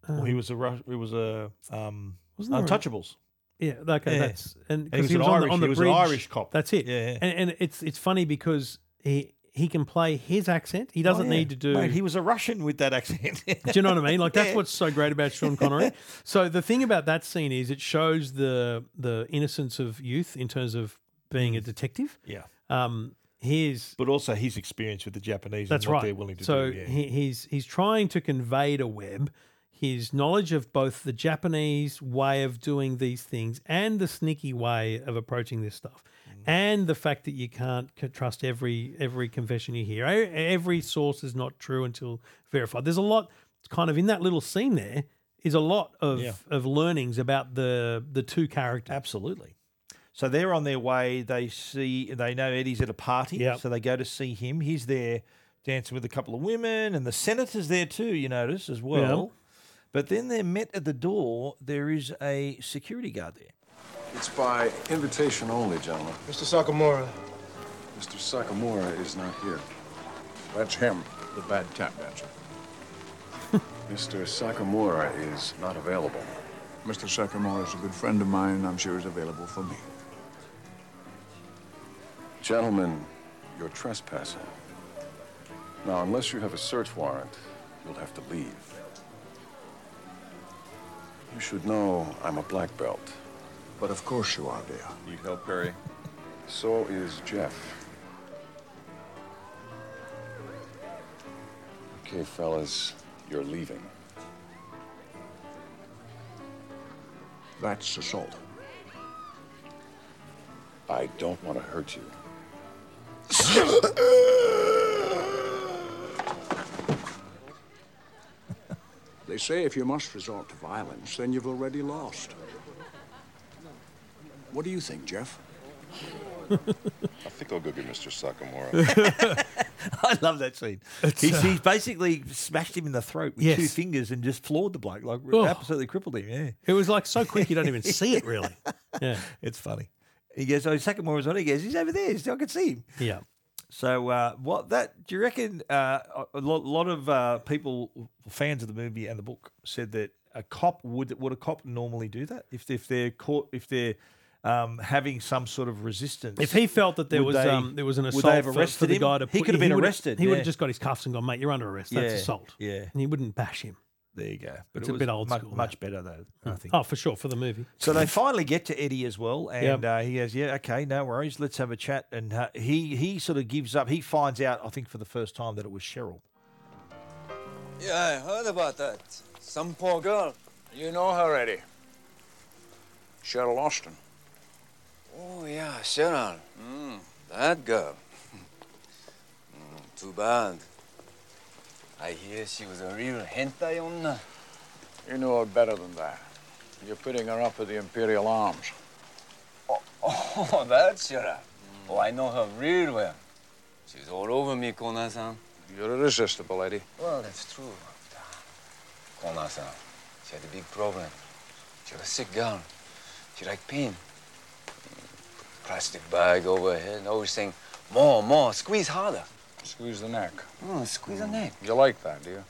Well, he Um, was a Ru- he was a um, Wasn't there a- Untouchables. Yeah, okay, Yeah. that's and he because was, he an was, on, Irish, the, on the he was bridge. an Irish cop. That's it. Yeah, yeah. And, and it's it's funny because he he can play his accent. He doesn't Oh, yeah. need to do. Mate, he was a Russian with that accent. *laughs* do you know what I mean? Like that's Yeah. what's so great about Sean Connery. so the thing about that scene is it shows the the innocence of youth in terms of being a detective. Yeah. Um. His but also his experience with the Japanese. That's and what right. They're willing to so do. yeah. he, he's he's trying to convey to Webb his knowledge of both the Japanese way of doing these things and the sneaky way of approaching this stuff, Mm. and the fact that you can't c- trust every every confession you hear. E- Every source is not true until verified. There's a lot kind of in that little scene. There is a lot of Yeah. of learnings about the the two characters. Absolutely. So they're on their way. They see they know Eddie's at a party, Yep. so they go to see him. He's there dancing with a couple of women, and the senator's there too. You notice as well. But then they're met at the door. There is a security guard there. *laughs* It's by invitation only, gentlemen. Mr. Sakamura. Mr. Sakamura is not here. That's him, the bad tap dancer. Mr. Sakamura is not available. Mr. Sakamura is a good friend of mine. I'm sure is available for me. Gentlemen, You're trespassing. Now, unless you have a search warrant, you'll have to leave. you should know I'm a black belt. But of course you are, dear. Need help, Perry? So is Jeff. Okay, fellas, you're leaving. That's assault. I don't want to hurt you. They say if you must resort to violence, then you've already lost. What do you think, Jeff? I think I'll go get Mr. Sakamura. I love that scene. It's, He's, uh, he's basically smashed him in the throat with Yes. two fingers and just floored the bloke, like Oh. absolutely crippled him. Yeah, It was like so quick *laughs* you don't even see it really. Yeah, it's funny. He goes, "Oh, Sakamora's on." He goes, "He's over there. He's- I can see him." Yeah. So uh, what that do you reckon? Uh, a lot, lot of uh, people, fans of the movie and the book, said that a cop would would a cop normally do that if if they're caught if they're um, having some sort of resistance. If he felt that there would was they- um, there was an would they assault have for- for, arrested the him? guy to he put- could have been would've- arrested. He would yeah. have just got his cuffs and gone, mate. You're under arrest. That's Yeah, assault. yeah. and he wouldn't bash him. There you go. But it's it a was bit old mu- school. much better though, I Mm. think. Oh, for sure, for the movie. So they finally get to Eddie as well, and Yep. uh, he goes, "Yeah, okay, no worries. Let's have a chat." And uh, he he sort of gives up. He finds out, I think, for the first time that it was Cheryl. Yeah, I heard about that. Some poor girl. You know her already. Cheryl Austin. Oh, yeah, Cheryl. Mm, that girl. *laughs* Mm, too bad. I hear she was a real hentai onna. You know her better than that. You're putting her up with the Imperial Arms. Oh, *laughs* that's Cheryl. Oh, I know her real well. She's all over me, Kona-san. You're irresistible, Eddie. Well, that's true. Kona-san, she had a big problem. She was a sick girl. She liked pain. Mm, Plastic bag over her head, always saying, more, more, squeeze harder. Squeeze the neck. Oh, squeeze the neck. You like that, do you?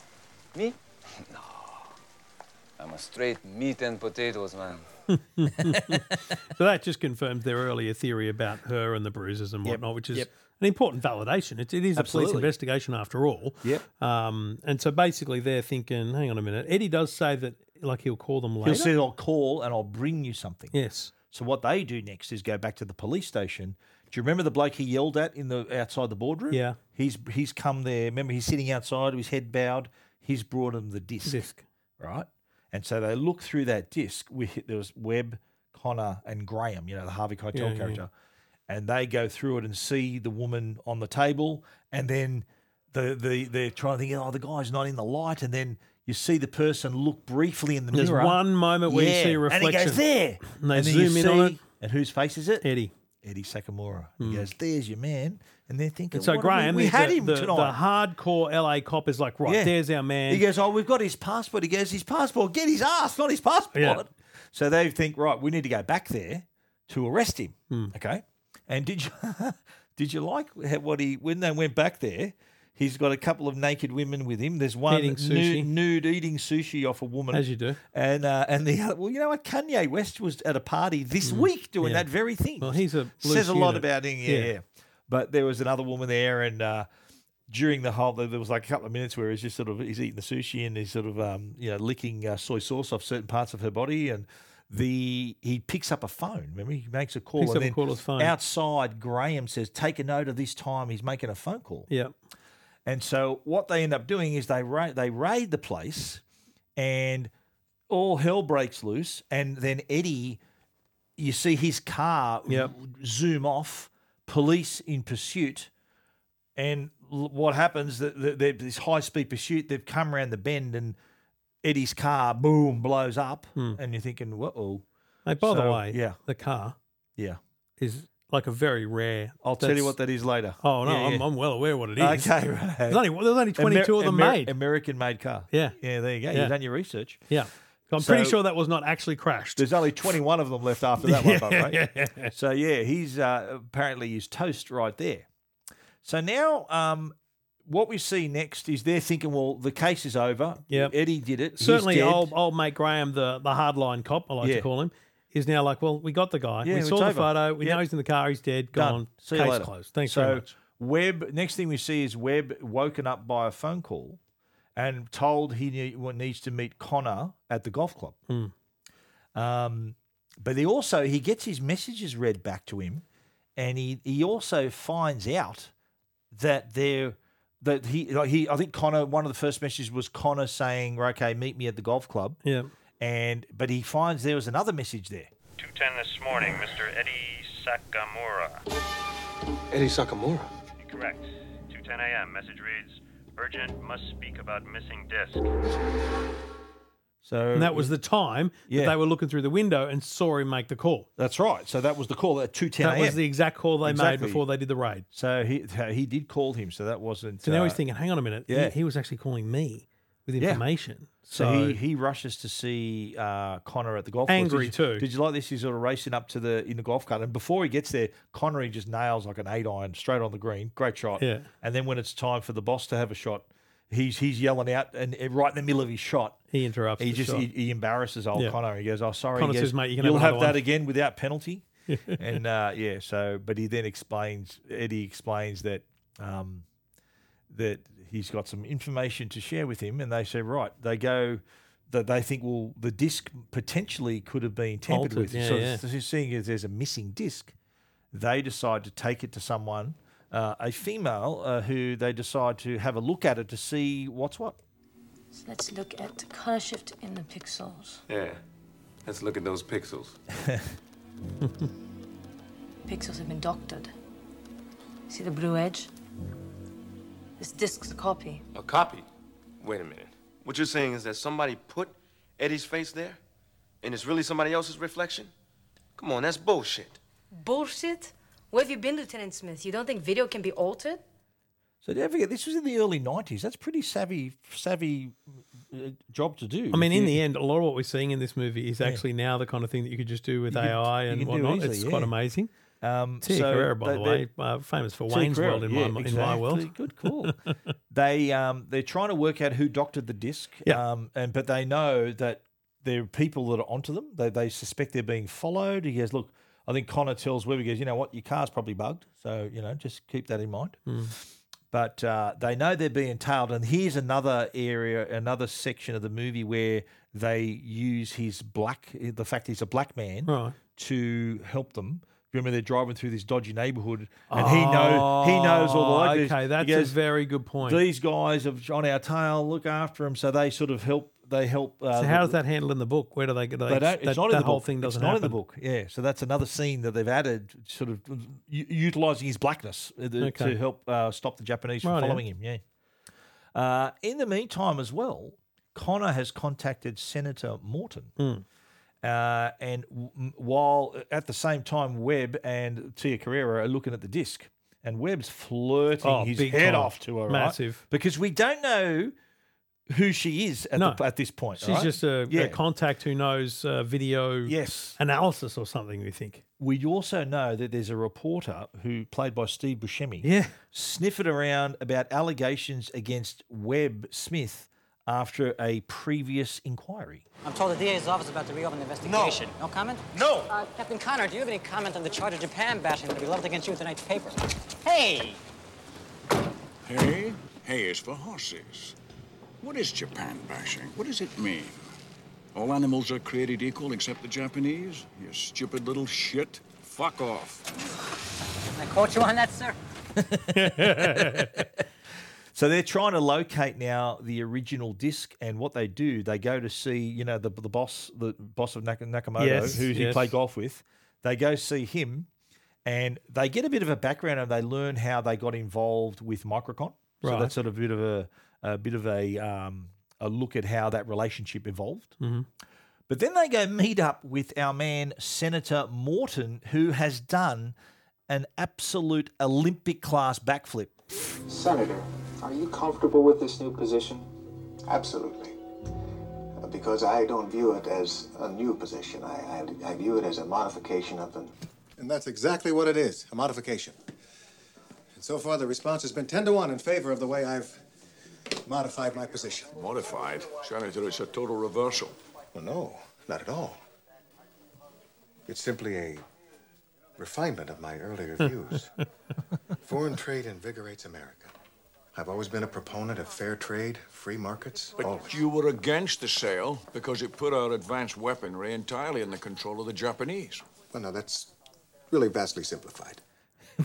Me? No. I'm a straight meat and potatoes man. so that just confirms their earlier theory about her and the bruises and Yep, whatnot, which is yep. an important validation. It, it is a Absolutely. police investigation after all. Yep. Um, and so basically they're thinking, hang on a minute. Eddie does say that, like, he'll call them later. He says, "I'll call and I'll bring you something." Yes. So what they do next is go back to the police station. Do you remember the bloke he yelled at in the outside the boardroom? Yeah. He's he's come there. Remember, he's sitting outside, his head bowed. He's brought him the disc. Disc. Right. And so they look through that disc. We there was Webb, Connor, and Graham. You know the Harvey Keitel Yeah, yeah. character, and they go through it and see the woman on the table, and then the the they're trying to think, oh, the guy's not in the light, and then. You see the person look briefly in the There's mirror. one moment where you see a And he goes reflection. there. And they then you zoom in on see- it. And whose face is it? Eddie. Hmm. Eddie Sakamura. He goes, there's your man. And they're thinking, And so "What have Graham, we, we the- had the, him the, tonight. the hardcore LA cop is like, right, Yeah. there's our man. He goes, oh, we've got his passport. He goes, his passport. Get his ass, not his passport. Yeah. So they think, right, we need to go back there to arrest him. Hmm. Okay. And did you *laughs* did you like how- what he when they went back there? He's got a couple of naked women with him. There's one Eating nude, sushi. nude eating sushi off a woman, As you do. and uh, and the other. Well, you know what? Kanye West was at a party this week doing Hmm. Yeah. that very thing. Well, he's a loose says a lot unit. about him. Yeah, yeah. Yeah. But there was another woman there, and uh, during the whole, there was like a couple of minutes where he's just sort of he's eating the sushi and he's sort of um, you know licking uh, soy sauce off certain parts of her body, and the he picks up a phone. Remember, he makes a call. Picks and up a then call on his phone. Outside, Graham says, "Take a note of this time. He's making a phone call." Yeah. And so what they end up doing is they ra- they raid the place, and all hell breaks loose. And then Eddie, you see his car w- zoom off, police in pursuit, and l- what happens that that- that this high speed pursuit they've come around the bend and Eddie's car boom blows up, Hmm. and you're thinking, whoa. Hey, by the So, way, yeah, the car. yeah. is like a very rare. I'll tell you what that is later. Oh no, Yeah, I'm, yeah. I'm well aware what it *laughs* is. Okay, right. There's only, there's only 22 of them made. American made car. Yeah. Yeah, there you go. Yeah. You've done your research. Yeah. I'm pretty So- sure that was not actually crashed. There's only 21 of them left after *laughs* that one, by the way. So yeah, he's uh, apparently he's toast right there. So now, um, what we see next is they're thinking, well, the case is over. Yep. Eddie did it. He's Certainly, dead. old, old mate Graham, the, the hardline cop, I like Yeah. to call him, is now like, well, we got the guy. Yeah, we it's saw the over. photo. We Yep. know he's in the car. He's dead. Done. Gone. See you Case later. closed. Thanks so very much. Webb. Next thing we see is Webb woken up by a phone call, and told he ne- wa- needs to meet Connor at the golf club. Hmm. Um, but he also he gets his messages read back to him, and he he also finds out that they're that he like he I think Connor one of the first messages was Connor saying okay meet me at the golf club yeah and but he finds there was another message there 210 this morning, Mr. Eddie Sakamura. Eddie Sakamura. Correct. 210 a.m. Message reads, urgent, must speak about missing disc. so And that was the time Yeah. that they were looking through the window and saw him make the call. that's right so that was the call at two ten That was the exact call they made before they did the raid. so he *laughs* he did call him so that wasn't So now he's uh, thinking, hang on a minute. he- yeah. He, was actually calling me with Yeah. information. So, So, he, he rushes to see uh, Connor at the golf. Angry course. Did you- too. Did you like this? He's sort of racing up to the in the golf cart, and before he gets there, Connor he just nails like an eight iron straight on the green. Great shot. Yeah. And then when it's time for the boss to have a shot, he's he's yelling out, and and right in the middle of his shot, He interrupts He the just shot. he, he embarrasses old Yeah. Connor. He goes, "Oh, sorry." Connor he goes, says, "Mate, you can have you'll have, another that one." again without *laughs* penalty." and uh, yeah, so but he then explains. Eddie explains that. Um, that he's got some information to share with him, and they say, right, they go that they think, well, the disc potentially could have been tampered Altered, with. yeah, so, yeah. so seeing as there's a missing disc, they decide to take it to someone, uh, a female, uh, who they decide to have a look at it to see what's what. So let's look at the color shift in the pixels. Yeah. Let's look at those pixels. Pixels have been doctored. See the blue edge? This disc's a copy. A copy? Wait a minute. What you're saying is that somebody put Eddie's face there? And it's really somebody else's reflection? Come on, that's bullshit. Bullshit? Where have you been, Lieutenant Smith? You don't think video can be altered? So don't forget, this was in the early '90s. That's pretty savvy, savvy uh, job to do. I mean, If in you- the end, a lot of what we're seeing in this movie is Yeah. actually now the kind of thing that you could just do with You could- AI you and can do whatnot. easily, it's quite yeah. amazing. Um, Tia so Carrera, by they- the they- way, uh, famous for Tia Wayne's Carrera, World in, yeah, my, in my world. exactly. Good *laughs* call. they um, they're trying to work out who doctored the disc. Yeah. Um, and but they know that there are people that are onto them. They they suspect they're being followed. He goes, look. I think Connor tells Webber, he goes, you know what, your car's probably bugged, so you know, just keep that in mind. Hmm. But uh, they know they're being tailed, and here's another area, another section of the movie where they use his black, the fact he's a black man, Right. to help them. Remember, they're driving through this dodgy neighborhood, and he knows he knows all the Oh, locals. okay, He that's a very good point. These guys have on our tail. Look after them, so they sort of help. They help. Uh, so how the- does that handle in the book? Where do they get they don't, it's that, not in that the whole book. thing doesn't it's not happen. in the book. Yeah, so that's another scene that they've added, sort of utilizing his blackness uh, the- Okay. to help uh, stop the Japanese from Right, yeah. following him. Yeah. Uh, in the meantime, as well, Connor has contacted Senator Morton. Mm. Uh, and w- m- while uh, at the same time, Webb and Tia Carrera are looking at the disc, and Webb's flirting Oh, his big head time. off to her, right? Massive. because we don't know who she is at, No. the, at this point. She's right? just a, a Yeah. contact who knows uh, video Yes. analysis or something. We think. we also know that there's a reporter who played by Steve Buscemi. Yeah. Sniffing around about allegations against Webb Smith after a previous inquiry. I'm told the DA's office is about to reopen the investigation. No, comment? No. Uh, Captain Connor, do you have any comment on the charge of Japan bashing that we leveled against you in tonight's paper? Hey! Hay? Hay is for horses. What is Japan bashing? What does it mean? All animals are created equal except the Japanese? You stupid little shit. Fuck off. Can I quote you on that, sir? so they're trying to locate now the original disc, and what they do, they go to see you know the the boss, the boss of Nak- Nakamoto, Yes, who he yes. played golf with. They go see him, and they get a bit of a background, and they learn how they got involved with Microcon. So Right. that's sort of a bit of a, a bit of a um, a look at how that relationship evolved. Mhm. But then they go meet up with our man, Senator Morton, who has done an absolute Olympic class backflip. Senator, are you comfortable with this new position? Absolutely. Uh, Because I don't view it as a new position. I, I, I view it as a modification of an. And that's exactly what it is a modification. And so far, the response has been 10 to 1 in favor of the way I've modified my position. Modified? Senator, it's a total reversal. Well, no, not at all. It's simply a refinement of my earlier views. Foreign trade invigorates America. I've always been a proponent of fair trade, free markets. But you were against the sale because it put our advanced weaponry entirely in the control of the Japanese. Well, no, that's really vastly simplified.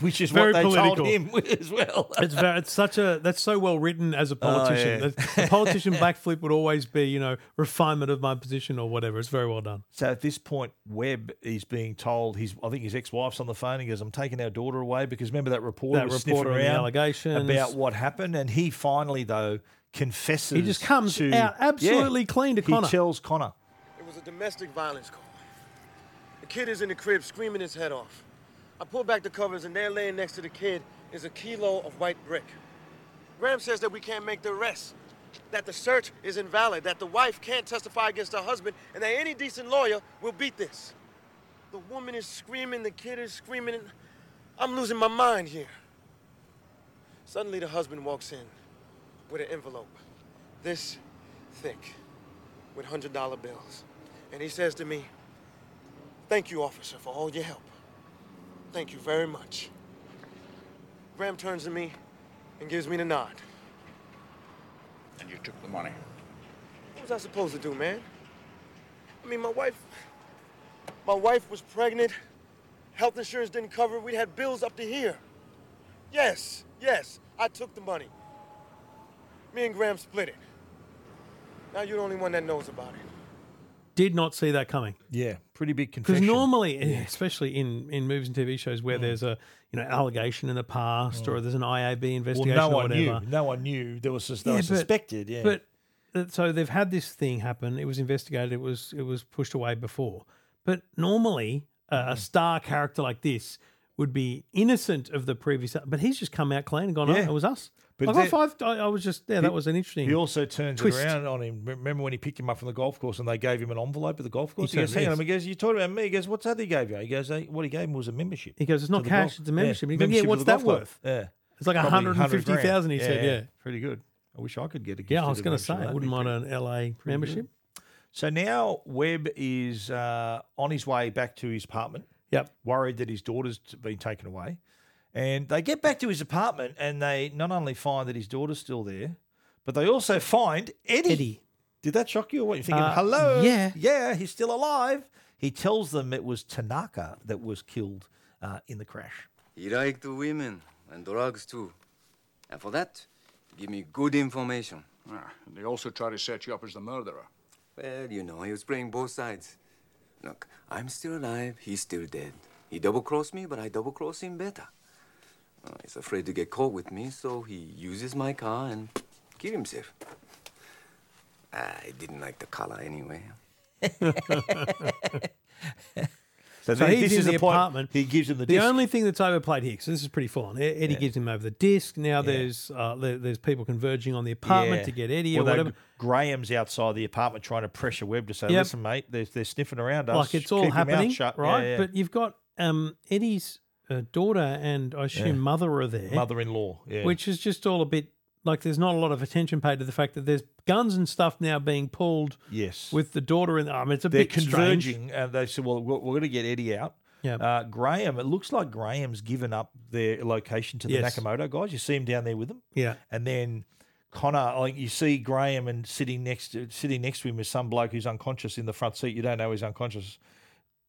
Which is what Very they political. told *laughs* him as well. it's very, it's such a that's so well written as a politician. Oh, yeah. The- the politician backflip would always be you know refinement of my position or whatever. It's very well done. So at this point, Webb is being told his I think his ex wife's on the phone. He goes, "I'm taking our daughter away because remember that reporter That was reporter and sniffing the around allegations. about what happened." And he finally though confesses. He just comes to- out absolutely Yeah. clean to He Connor. tells Connor. It was a domestic violence call. The kid is in the crib screaming his head off. I pull back the covers, and there laying next to the kid is a kilo of white brick. Graham says that we can't make the arrest, that the search is invalid, that the wife can't testify against her husband, and that any decent lawyer will beat this. The woman is screaming, the kid is screaming, and I'm losing my mind here. Suddenly, the husband walks in with an envelope, this thick, with $100 bills. And he says to me, Thank you, officer, for all your help. Thank you very much. Graham turns to me and gives me the nod. And you took the money. What was I supposed to do, man? I mean, my wife. My wife was pregnant. Health insurance didn't cover it. We had bills up to here. Yes, yes, I took the money. Me and Graham split it. Now you're the only one that knows about it. Did not see that coming. Yeah, pretty big Because confession. Mm. normally, eh, especially in, in movies and TV shows where there's a you know allegation in the past or there's an IAB well, investigation no or one whatever. knew. No one knew. There was just they suspected. Yeah, But uh, so they've had this thing happen. It was investigated. It was it was pushed away before. But normally, uh, Mm-hmm. a star character like this would be innocent of the previous. But he's just come out clean and gone. Yeah. Oh, it was us. But Like, then- oh, five- I, I was just there. that was an interesting. He also turns twist. it around on him. Remember when he picked him up from the golf course and they gave him an envelope at the golf course? He, turned- goes, "Hang on," yes. he goes, "You talked about me." He goes, "What's that he gave you?" He goes, "Hey, "What he gave him was a membership." He goes, "It's to not the cash, golf- it's a membership." And he goes, membership "Yeah, to what's the that golf club." worth? Yeah, It's like Probably 150,000, he grand. said, yeah. pretty good. I wish I could get a gift. Yeah, I was going going to say, I wouldn't mind an LA membership. So now Webb is uh, on his way back to his apartment. Yep. Worried that his daughter's t- been taken away. And they get back to his apartment and they not only find that his daughter's still there, but they also find Eddie. Eddie. Did that shock you or what? You're thinking, Uh, hello? yeah. Yeah, he's still alive. He tells them it was Tanaka that was killed uh, in the crash. He like the women and drugs too. And for that, give me good information. Ah, and they also try to set you up as the murderer. Well, you know, he was playing both sides. Look, I'm still alive, he's still dead. He double crossed me, but I double cross him better. Uh, he's afraid to get caught with me, so he uses my car and kill himself. I didn't like the color anyway. So, So then he's in the, point- apartment. He gives him the, The disc. only thing that's overplayed here, so this is pretty full on. E- Eddie Yeah. gives him over the disc. Now there's uh, there- there's people converging on the apartment Yeah. to get Eddie or Although whatever. Graham's outside the apartment trying to pressure Webb to say, Yep. "Listen, mate, they're, they're sniffing around us. Like it's all Keep your mouth happening, shut." Yeah, right? yeah. But you've got um, Eddie's uh, daughter and I assume Yeah. mother are there, Mother-in-law, yeah. which is just all a bit like there's not a lot of attention paid to the fact that there's guns and stuff now being pulled. Yes. with the daughter in the arm, it's a they're bit strange. converging, and they said, "Well, we're, we're going to get Eddie out." Yeah. Uh, Graham, it looks like Graham's given up their location to the Yes. Nakamoto guys. You see him down there with them. Yeah. And then Connor, like you see Graham and sitting next to sitting next to him is some bloke who's unconscious in the front seat. You don't know he's unconscious.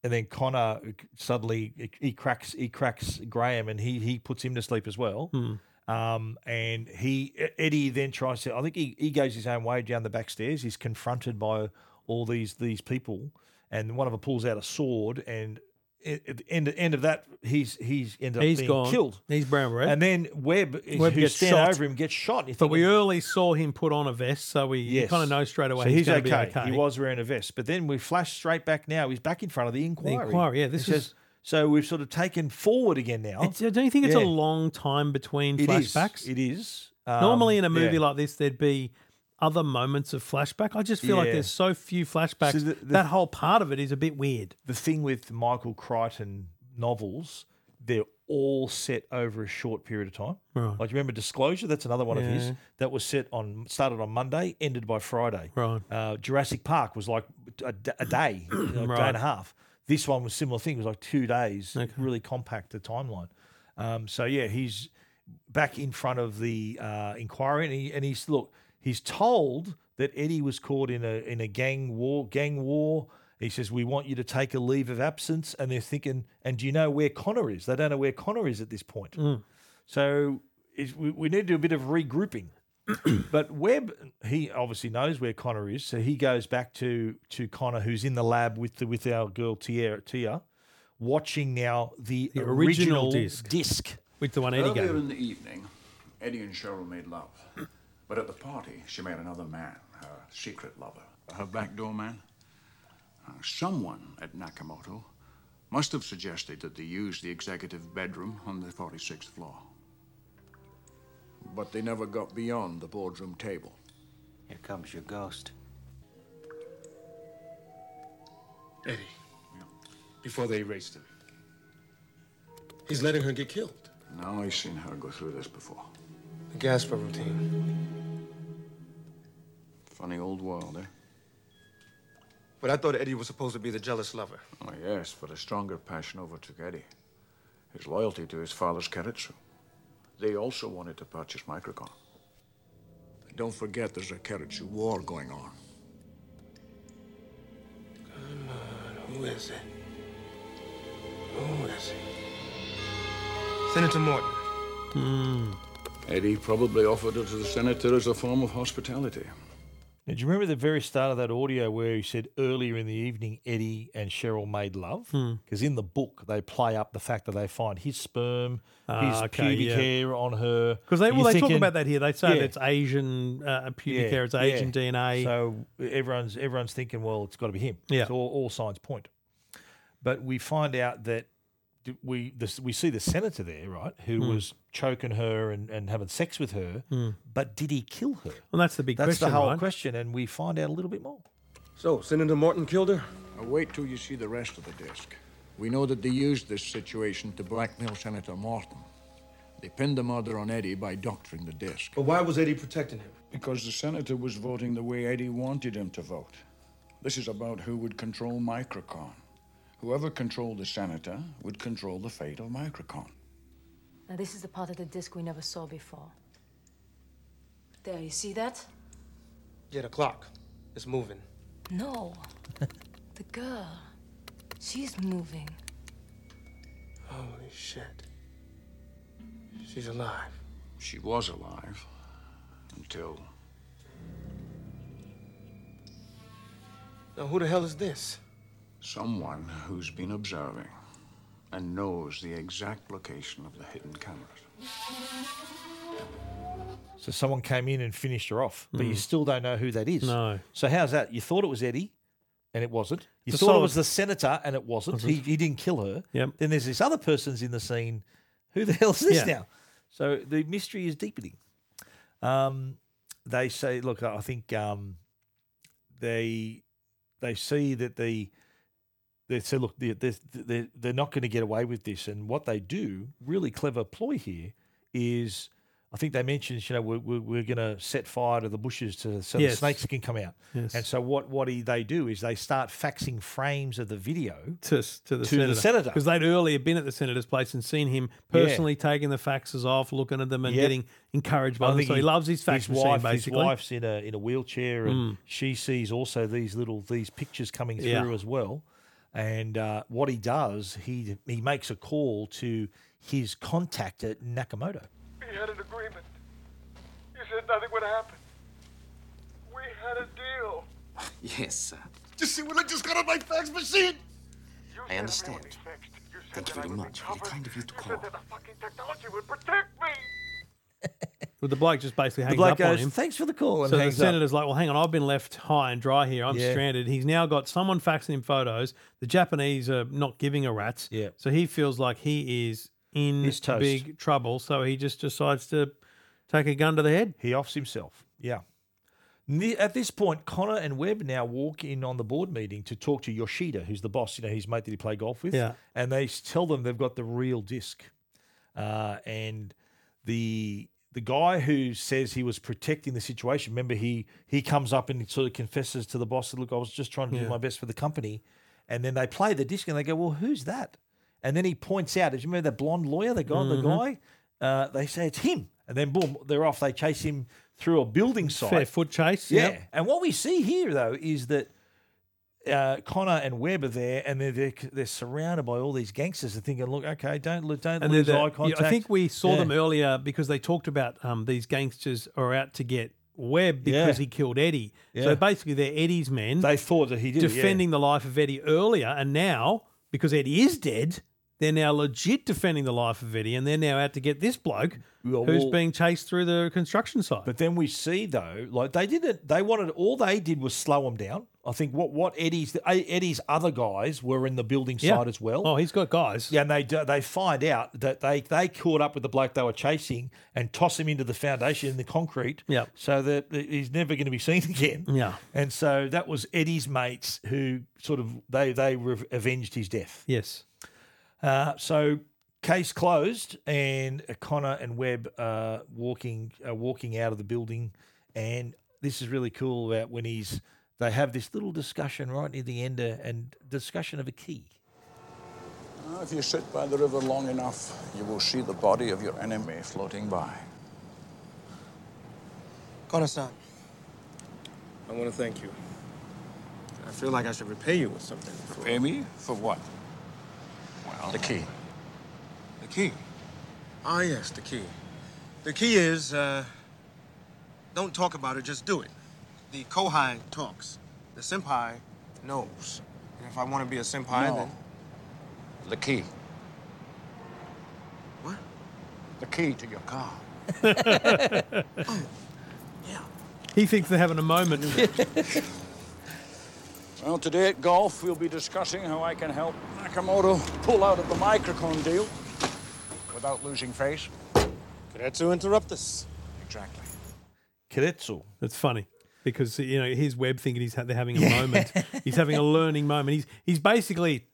And then Connor uh, suddenly he cracks he cracks Graham and he he puts him to sleep as well. Hmm. Um, and he E, Eddie then tries to. I think he, he goes his own way down the back stairs. He's confronted by all these these people, and one of them pulls out a sword and at at the end end of that, he's he's ended up He's being gone. killed. He's brown red. And then Webb, is- Webb who gets stand shot. over him, gets shot. You But think- we early saw him put on a vest, so we you Yes. kind of know straight away So he's, he's going to okay. be okay. He was wearing a vest, but then we flash straight back now. He's back in front of the inquiry. inquiry, yeah, this It is- says- so we've sort of taken forward again now. It's, uh, don't you think it's a Yeah. long time between It is. flashbacks? It is. Normally, in Um, a movie yeah. like this, there'd be other moments of flashback. I just feel like Yeah. there's so few flashbacks. So the- the- that whole part of it is a bit weird. The thing with Michael Crichton novels, they're all set over a short period of time. Right. Like you remember Disclosure, that's another one of his Yeah. that was set on started on Monday, ended by Friday. Right. Uh, Jurassic Park was like a, d- a day, you know, day Right. and a half. This one was similar thing. It was like two days. Really compact the timeline. Um, so yeah, he's back in front of the uh, inquiry, and, he, and he's look. He's told that Eddie was caught in a in a gang war. Gang war. He says we want you to take a leave of absence, and they're thinking, and do you know where Connor is? They don't know where Connor is at this point. Mm. So it's, we, we need to do a bit of *clears throat* regrouping. but Webb, he obviously knows where Connor is, so he goes back to to Connor, who's in the lab with the, with our girl Tia, Tia, watching now the, The original original, disc. disc with the one Earlier in the evening, Eddie and Cheryl made love. But at the party, she met another man, her secret lover, her backdoor man. Uh, someone at Nakamoto must have suggested that they use the executive bedroom on the 46th floor. But they never got beyond the boardroom table. Here comes your ghost. Eddie, before they erased him. He's letting her get killed. Now I've seen her go through this before. The Gasper routine. Funny old world, eh? But I thought Eddie was supposed to be the jealous lover. Oh, yes, but a stronger passion overtook Eddie. His loyalty to his father's Keretsu. They also wanted to purchase Microcon. But don't forget there's a Keretsu war going on. Who is it? Who is it? Senator Morton. Eddie probably offered it to the senator as a form of hospitality. Now, do you remember the very start of that audio where he said earlier in the evening Eddie and Cheryl made love? Hmm. Because in the book they play up the fact that they find his sperm, his Ah, okay, pubic yeah. hair on her. Because they And well, you're they talk thinking- about that here. They say Yeah. it's Asian uh, pubic Yeah, hair, it's yeah. Asian DNA. So everyone's everyone's thinking, well, it's got to be him. Yeah. So all, all signs point. But we find out that d- we this, we see the senator there, right, who Hmm. was choking her and, and having sex with her. Hmm. But did he kill her? Well, that's the big That's question, the whole right? question, and we find out a little bit more. So, Senator Morton killed her? wait till you see the rest of the disc. We know that they used this situation to blackmail Senator Morton. They pinned the murder on Eddie by doctoring the disc. But why was Eddie protecting him? Because the senator was voting the way Eddie wanted him to vote. This is about who would control Microcon. Whoever controlled the senator would control the fate of Microcon. Now, this is the part of the disc we never saw before. There, you see that? Yeah, the clock. It's moving. *laughs* No. the girl. She's moving. Holy shit. She's alive. She was alive until Now, who the hell is this? someone who's been observing and knows the exact location of the hidden cameras. So someone came in and finished her off, but you Mm. still don't know who that is. Hmm. No. So how's that? You thought it was Eddie, and it wasn't. You It's a thought solid- it was the senator, and it wasn't. He, Wasn't. he didn't kill her. Yep. Then there's this other person's in the scene. Who the *laughs* hell is this Yeah. now? So the mystery is deepening. Um, they say, look, I think um, they they see that the they say, look, they're, they're, they're, they're not going to get away with this. And what they do, really clever ploy here, is I think they mentioned, you know, we're, we're, we're going to set fire to the bushes to, so the Yes. snakes can come out. Yes. And so what what he, they do is they start faxing frames of the video to, s- to the to the senator. because they'd earlier been at the senator's place and seen him Yeah. personally taking the faxes off, looking at them, and Yep. getting encouraged by I them. think Oh, So he, loves his fax machine, wife, basically. His wife's in a in a wheelchair, and Mm. she sees also these little these pictures coming through Yeah. as well. And uh, what he does, he he makes a call to his contact at Nakamoto. We had an agreement. You said nothing would happen. We had a deal. Yes, You see what I just got on my fax machine? I understand. Thank you very much. Very kind of you to call. With the bloke just basically hangs bloke up on goes, him. "Thanks for the call," and so the hangs up. senator's like, "Well, hang on, I've been left high and dry here. I'm Yeah. stranded." He's now got someone faxing him photos. The Japanese are not giving a rat's. Yeah. So he feels like he is in He's toast. big trouble. So he just decides to take a gun to the head. He offs himself. Yeah. Ne- At this point, Connor and Webb now walk in on the board meeting to talk to Yoshida, who's the boss, you know, his mate that he played golf with. Yeah. And they s- tell them they've got the real disc. Uh, and the the guy who says he was protecting the situation, remember, he he comes up and he sort of confesses to the boss, that, look, I was just trying to do Yeah. my best for the company. And then they play the disc and they go, well, who's that? And then he points out, do you remember that blonde lawyer, the guy, the Mhm. guy? Uh, they say it's him, and then boom, they're off. They chase him through a building site. Fair foot chase. yeah. yep. And what we see here though is that uh, Connor and Webb are there, and they're, they're they're surrounded by all these gangsters. They're thinking, look, okay, don't lo- don't And lose they're the- eye yeah, contact. I think we saw Yeah. them earlier because they talked about um, these gangsters are out to get Webb because Yeah. he killed Eddie. Yeah. So basically, they're Eddie's men. They thought that he did it, yeah. defending the life of Eddie earlier, and now because Eddie is dead, they're now legit defending the life of Eddie, and they're now out to get this bloke Well, who's well- being chased through the construction site. But then we see though, like they didn't. They wanted all they did was slow him down. I think what what Eddie's Eddie's other guys were in the building Yeah. side as well. Oh, he's got guys. Yeah, and they do- they find out that they they caught up with the bloke they were chasing and toss him into the foundation in the concrete. Yeah. So that he's never going to be seen *laughs* again. Yeah. And so that was Eddie's mates who sort of they they re- avenged his death. Yes. Uh, so case closed, and Connor and Webb are walking are walking out of the building, and this is really cool about when he's they have this little discussion right near the end uh, and discussion of a key. Now, if you sit by the river long enough, you will see the body of your enemy floating by. Kono-san, I want to thank you. I feel like I should repay you with something. Repay me? For what? Well, the key. The key? Ah, yes, the key. The key is uh, don't talk about it, just do it. The kohai talks, the senpai knows. And if I want to be a senpai, No. then. The key. What? The key to your car. He thinks they're having a moment. *laughs* Well, today at golf, we'll be discussing how I can help Nakamoto pull out of the microcone deal without losing face. Karetsu interrupt us. Exactly. Kiretsu. That's funny because you know here's Webb thinking he's ha- they're having a moment. he's having a learning moment. He's he's basically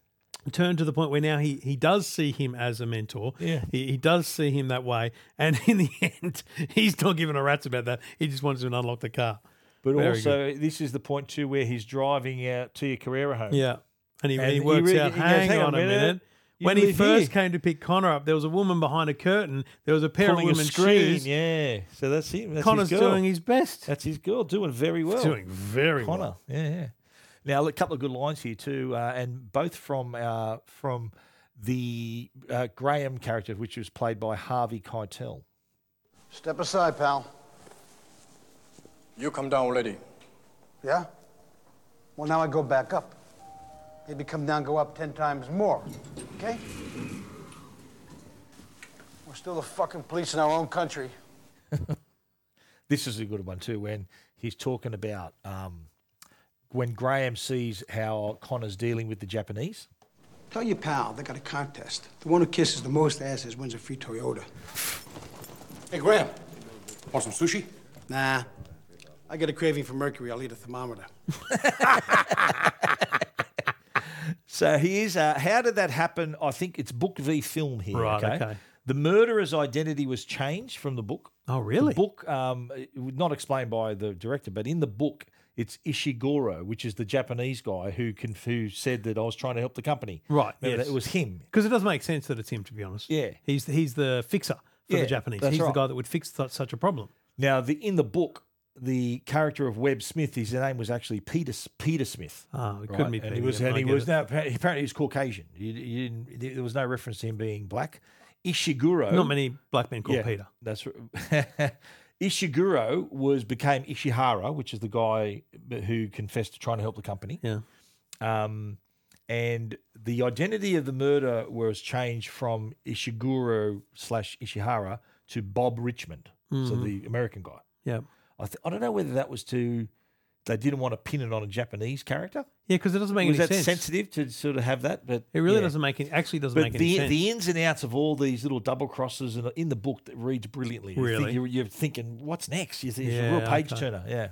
turned to the point where now he he does see him as a mentor. Yeah. he, he does see him that way. And in the *laughs* end, he's not giving a rat's about that. He just wants to unlock the car. But Very good. also, this is the point too where he's driving out Tia Carrera home. yeah, and he, he works re- out. he goes, Hang, on a minute. you When he live first here." came to pick Connor up, there was a woman behind a curtain. There was a pair Pulling a of women's screen, shoes. yeah. So that's him. That's Connor's his girl. doing his best. That's his girl doing very well. Doing very Connor. well. Yeah, yeah. Now a couple of good lines here too, uh, and both from uh, from the uh, Graham character, which was played by Harvey Keitel. Step aside, pal. You come down already. Yeah? Well, now I go back up. Maybe come down, go up ten times more. Okay? We're still the fucking police in our own country. This is a good one too, when he's talking about um, when Graham sees how Connor's dealing with the Japanese. Tell your pal they got a contest. The one who kisses the most asses wins a free Toyota. Hey, Graham. Want some sushi? Nah. I get a craving for mercury. I'll eat a thermometer. So he is. Uh, how did that happen? I think it's book v film here. Right, okay. The murderer's identity was changed from the book. Oh, really? The book, um, it was not explained by the director, but in the book, it's Ishiguro, which is the Japanese guy who conf- who said that I was trying to help the company. Right. Remember yes. that? It was him. Because it does make sense that it's him, to be honest. Yeah. He's he's the fixer for Yeah, the Japanese. that's He's right. the guy that would fix th- such a problem. Now, the in the book, the character of Webb Smith, his name was actually Peter S- Peter Smith. Oh, it couldn't be And he Peter, was, and I he get was it. no, apparently apparently he was Caucasian. You, you didn't, there was no reference to him being black. Ishiguro. Not many black men called Peter. That's right. *laughs* Ishiguro was became Ishihara, which is the guy who confessed to trying to help the company. Yeah. Um, and the identity of the murder was changed from Ishiguro slash Ishihara to Bob Richmond, so Mhm. the American guy. Yep. I, th- I don't know whether that was to they didn't want to pin it on a Japanese character. Yeah, 'cause it doesn't make was any that sense. sensitive to sort of have that, but It really yeah. doesn't make it. Actually, doesn't but make any the, sense. the ins and outs of all these little double crosses in, in the book that reads brilliantly. You think- Really? you're, you're thinking, what's next? You think it's a real Yeah, page okay. turner. Yeah.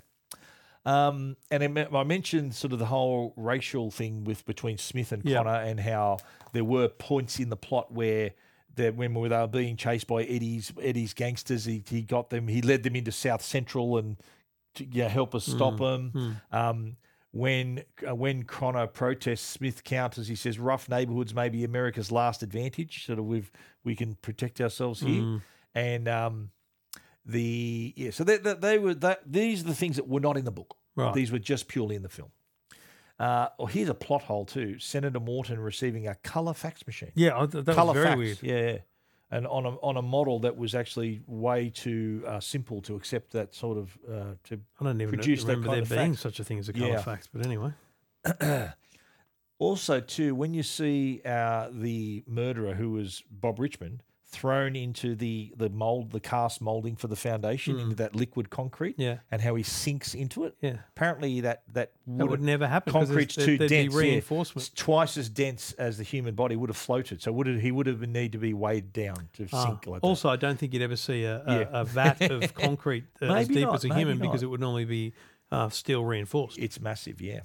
Um, and I me- I mentioned sort of the whole racial thing with between Smith and Yeah. Connor, and how there were points in the plot where that when they were being chased by Eddie's Eddie's gangsters, he, he got them, he led them into South Central and to, yeah, help us stop Mm, them. Um, when uh, when Connor protests, Smith counters. He says, "Rough neighborhoods may be America's last advantage. Sort of we've we can protect ourselves here." Mm. And um, the yeah, so they, they, they were that these are the things that were not in the book. Right. These were just purely in the film. Uh, oh, here's a plot hole too. Senator Morton receiving a color fax machine. Yeah, I th- that was Colour very fax, weird. Yeah, yeah. and on a on a model that was actually way too uh, simple to accept that sort of uh, to I don't even produce that remember kind there of being fax. such a thing as a colour Yeah. fax, but anyway. also, too, when you see uh, the murderer, who was Bob Richmond, thrown into the the mold, the cast molding for the foundation, Mm. into that liquid concrete, Yeah. and how he sinks into it. Yeah. Apparently, that that, That would wouldn't- never happen 'cause Concrete's there's- too there'd be dense. yeah. reinforcement. It's twice as dense as the human body would have floated. So would it, he would have need to be weighed down to Ah, sink like that. also, I don't think you'd ever see a, a, Yeah. a vat *laughs* of concrete uh, as Maybe deep not, as a maybe human not. because it would normally be uh, steel reinforced. It's massive, yeah.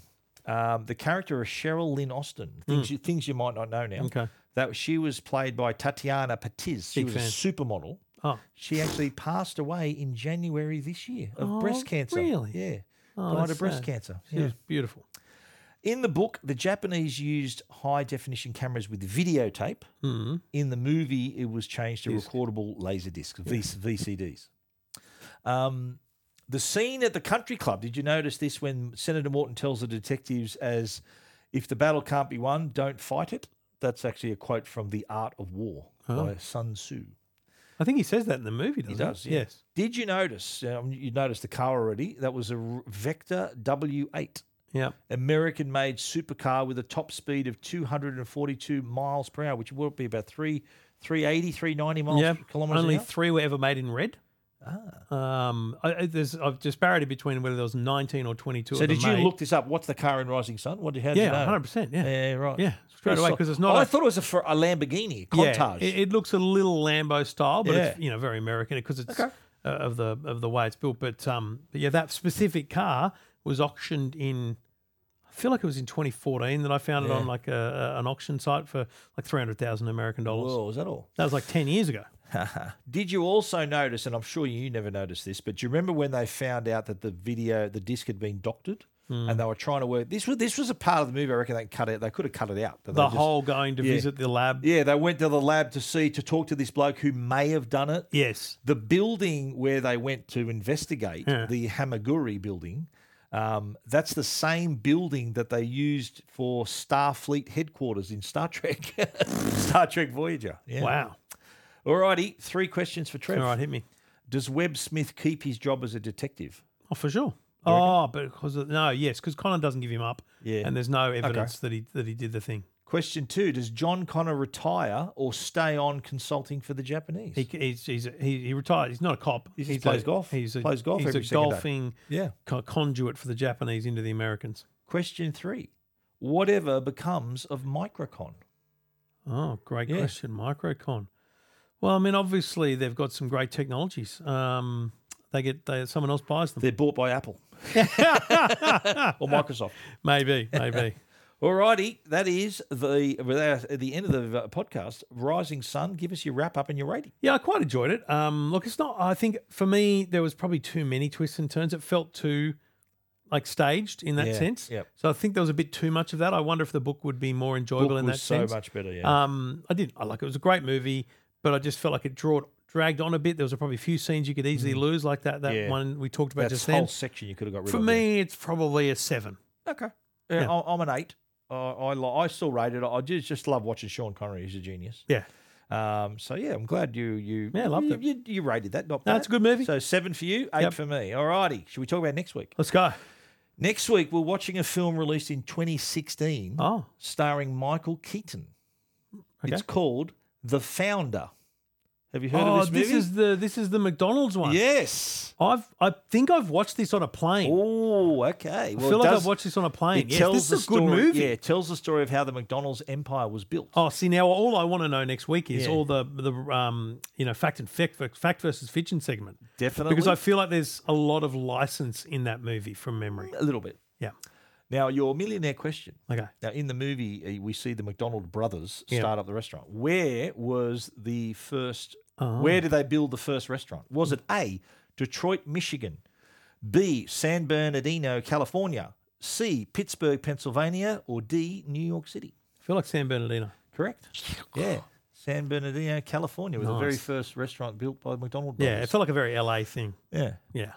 Um, the character of Cheryl Lynn Austin, things, Mm. you, things you might not know now. Okay. That she was played by Tatiana Patiz. She Big was fan. a supermodel. Oh. She actually passed away in January this year of Oh, breast cancer. really? Yeah. Oh, Died that's of breast sad. cancer. She was beautiful. In the book, the Japanese used high definition cameras with videotape. Mhm. In the movie, it was changed to Disc. recordable laser discs, V- VCDs. Um, the scene at the country club, did you notice this when Senator Morton tells the detectives as if the battle can't be won, don't fight it? That's actually a quote from The Art of War Oh. by Sun Tzu. I think he says that in the movie, He doesn't he? does, yeah. Uh-huh. Yes. Did you notice? Um, you noticed the car already. That was a R- Vector W8. Yeah. American made supercar with a top speed of 242 miles per hour, which would be about three, 380, 390 miles yeah. kilometers Only an hour. three were ever made in red. Ah. Um, I, I- there's a disparity between whether there was 19 or 22 So of them did you made. look this up? What's the car in Rising Sun? What did how did Yeah, you know? 100%, yeah. yeah, right, Yeah, straight away, so- 'cause it's not Oh, I a- thought it was a, for a Lamborghini Yeah, Countach. it, it looks a little Lambo style, but it's Yeah. you know very American because it's uh, of the of the way it's built. But um, but yeah, that specific car was auctioned in. I feel like it was in 2014 that I found it Yeah. on like a, a- an auction site for like 300,000 American dollars. Whoa, was Oh, that all? That was like 10 years ago. Did you also notice, and I'm sure you never noticed this, but do you remember when they found out that the video, the disc had been doctored, Mm. and they were trying to work this was this was a part of the movie. I reckon they cut it. They could have cut it out. but they The just- whole going to Yeah. visit the lab. Yeah, they went to the lab to see to talk to this bloke who may have done it. Yes, the building where they went to investigate Yeah. the Hamaguri building. Um, that's the same building that they used for Starfleet headquarters in Star Trek, *laughs* Star Trek Voyager. Wow. Alrighty, three questions for Trev. All right, hit me. Does Webb Smith keep his job as a detective? Oh, for sure. Oh, but because of, no, yes, because Connor doesn't give him up. Yeah. and there's no Okay. evidence that he that he did the thing. Question two: Does John Connor retire or stay on consulting for the Japanese? He, he's, he's he, he retired. He's not a cop. He just plays a, golf. He's a, Plays golf He's every a second day. golfing Yeah. co- conduit for the Japanese into the Americans. Question three: Whatever becomes of Microcon? Oh, great Yeah. question, Microcon. Well, I mean, obviously they've got some great technologies. Um, they get they, someone else buys them. They're bought by Apple *laughs* or Microsoft? Maybe, *laughs* maybe. Alrighty, that is the without- at the end of the uh, podcast. Rising Sun, give us your wrap up and your rating. Yeah, I quite enjoyed it. Um, look, it's not. I think for me, there was probably too many twists and turns. It felt too like staged in that Yeah, sense. yep. So I think there was a bit too much of that. I wonder if the book would be more enjoyable in was that so sense. much better, yeah. Um, I did. I like it. was a great movie, but I just felt like it drawed dragged on a bit. There was probably a few scenes you could easily Mm. lose, like that that Yeah. one we talked about That just whole then. section you could have got rid For of, yeah. me, it's probably a seven. Okay. Yeah, Yeah. I- I'm an eight. I I, li- I still rate it. I just just love watching Sean Connery. He's a genius. Yeah. Um, so yeah, I'm glad you you Yeah, I loved you, it. You, you rated that. Not No, bad. it's a good movie. So seven for you, eight Yep. for me. All righty. Should we talk about next week? Let's go. Next week, we're watching a film released in 2016 oh. starring Michael Keaton. Okay. It's called The Founder. Have you heard oh, of this movie? is the this is the McDonald's one. Yes, I've I think I've watched this on a plane. Oh, okay. I Well, it feel like does- I've watched this on a plane. It Yes, tells this the is a good story- movie. Yeah, it tells the story of how the McDonald's empire was built. Oh, see now all I want to know next week is Yeah. all the the um you know fact and fact fact versus fiction segment. Definitely. because I feel like there's a lot of license in that movie from memory. A little bit. Yeah. Now, your millionaire question. Okay. Now, in the movie, uh, we see the McDonald brothers Yeah. start up the restaurant. Where was the first? Oh. Where did they build the first restaurant? Was it A, Detroit, Michigan, B, San Bernardino, California, C, Pittsburgh, Pennsylvania, or D, New York City? I feel like San Bernardino. Correct. Yeah. San Bernardino, California, was the very Nice. first restaurant built by McDonald Brothers. Yeah, it felt like a very LA thing. Yeah. Yeah.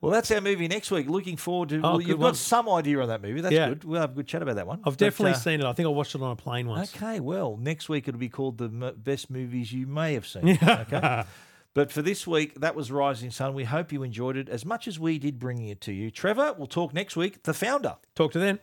Well, that's our movie next week. Looking forward to. Oh, well, good you've one. got some idea on that movie. That's Yeah. good. We'll have a good chat about that one. I've But, definitely uh, seen it. I think I watched it on a plane once. Okay, well, next week it'll be called the m- best movies you may have seen. okay. But for this week, that was Rising Sun. We hope you enjoyed it as much as we did bringing it to you. Trevor, we'll talk next week. The founder. Talk to then.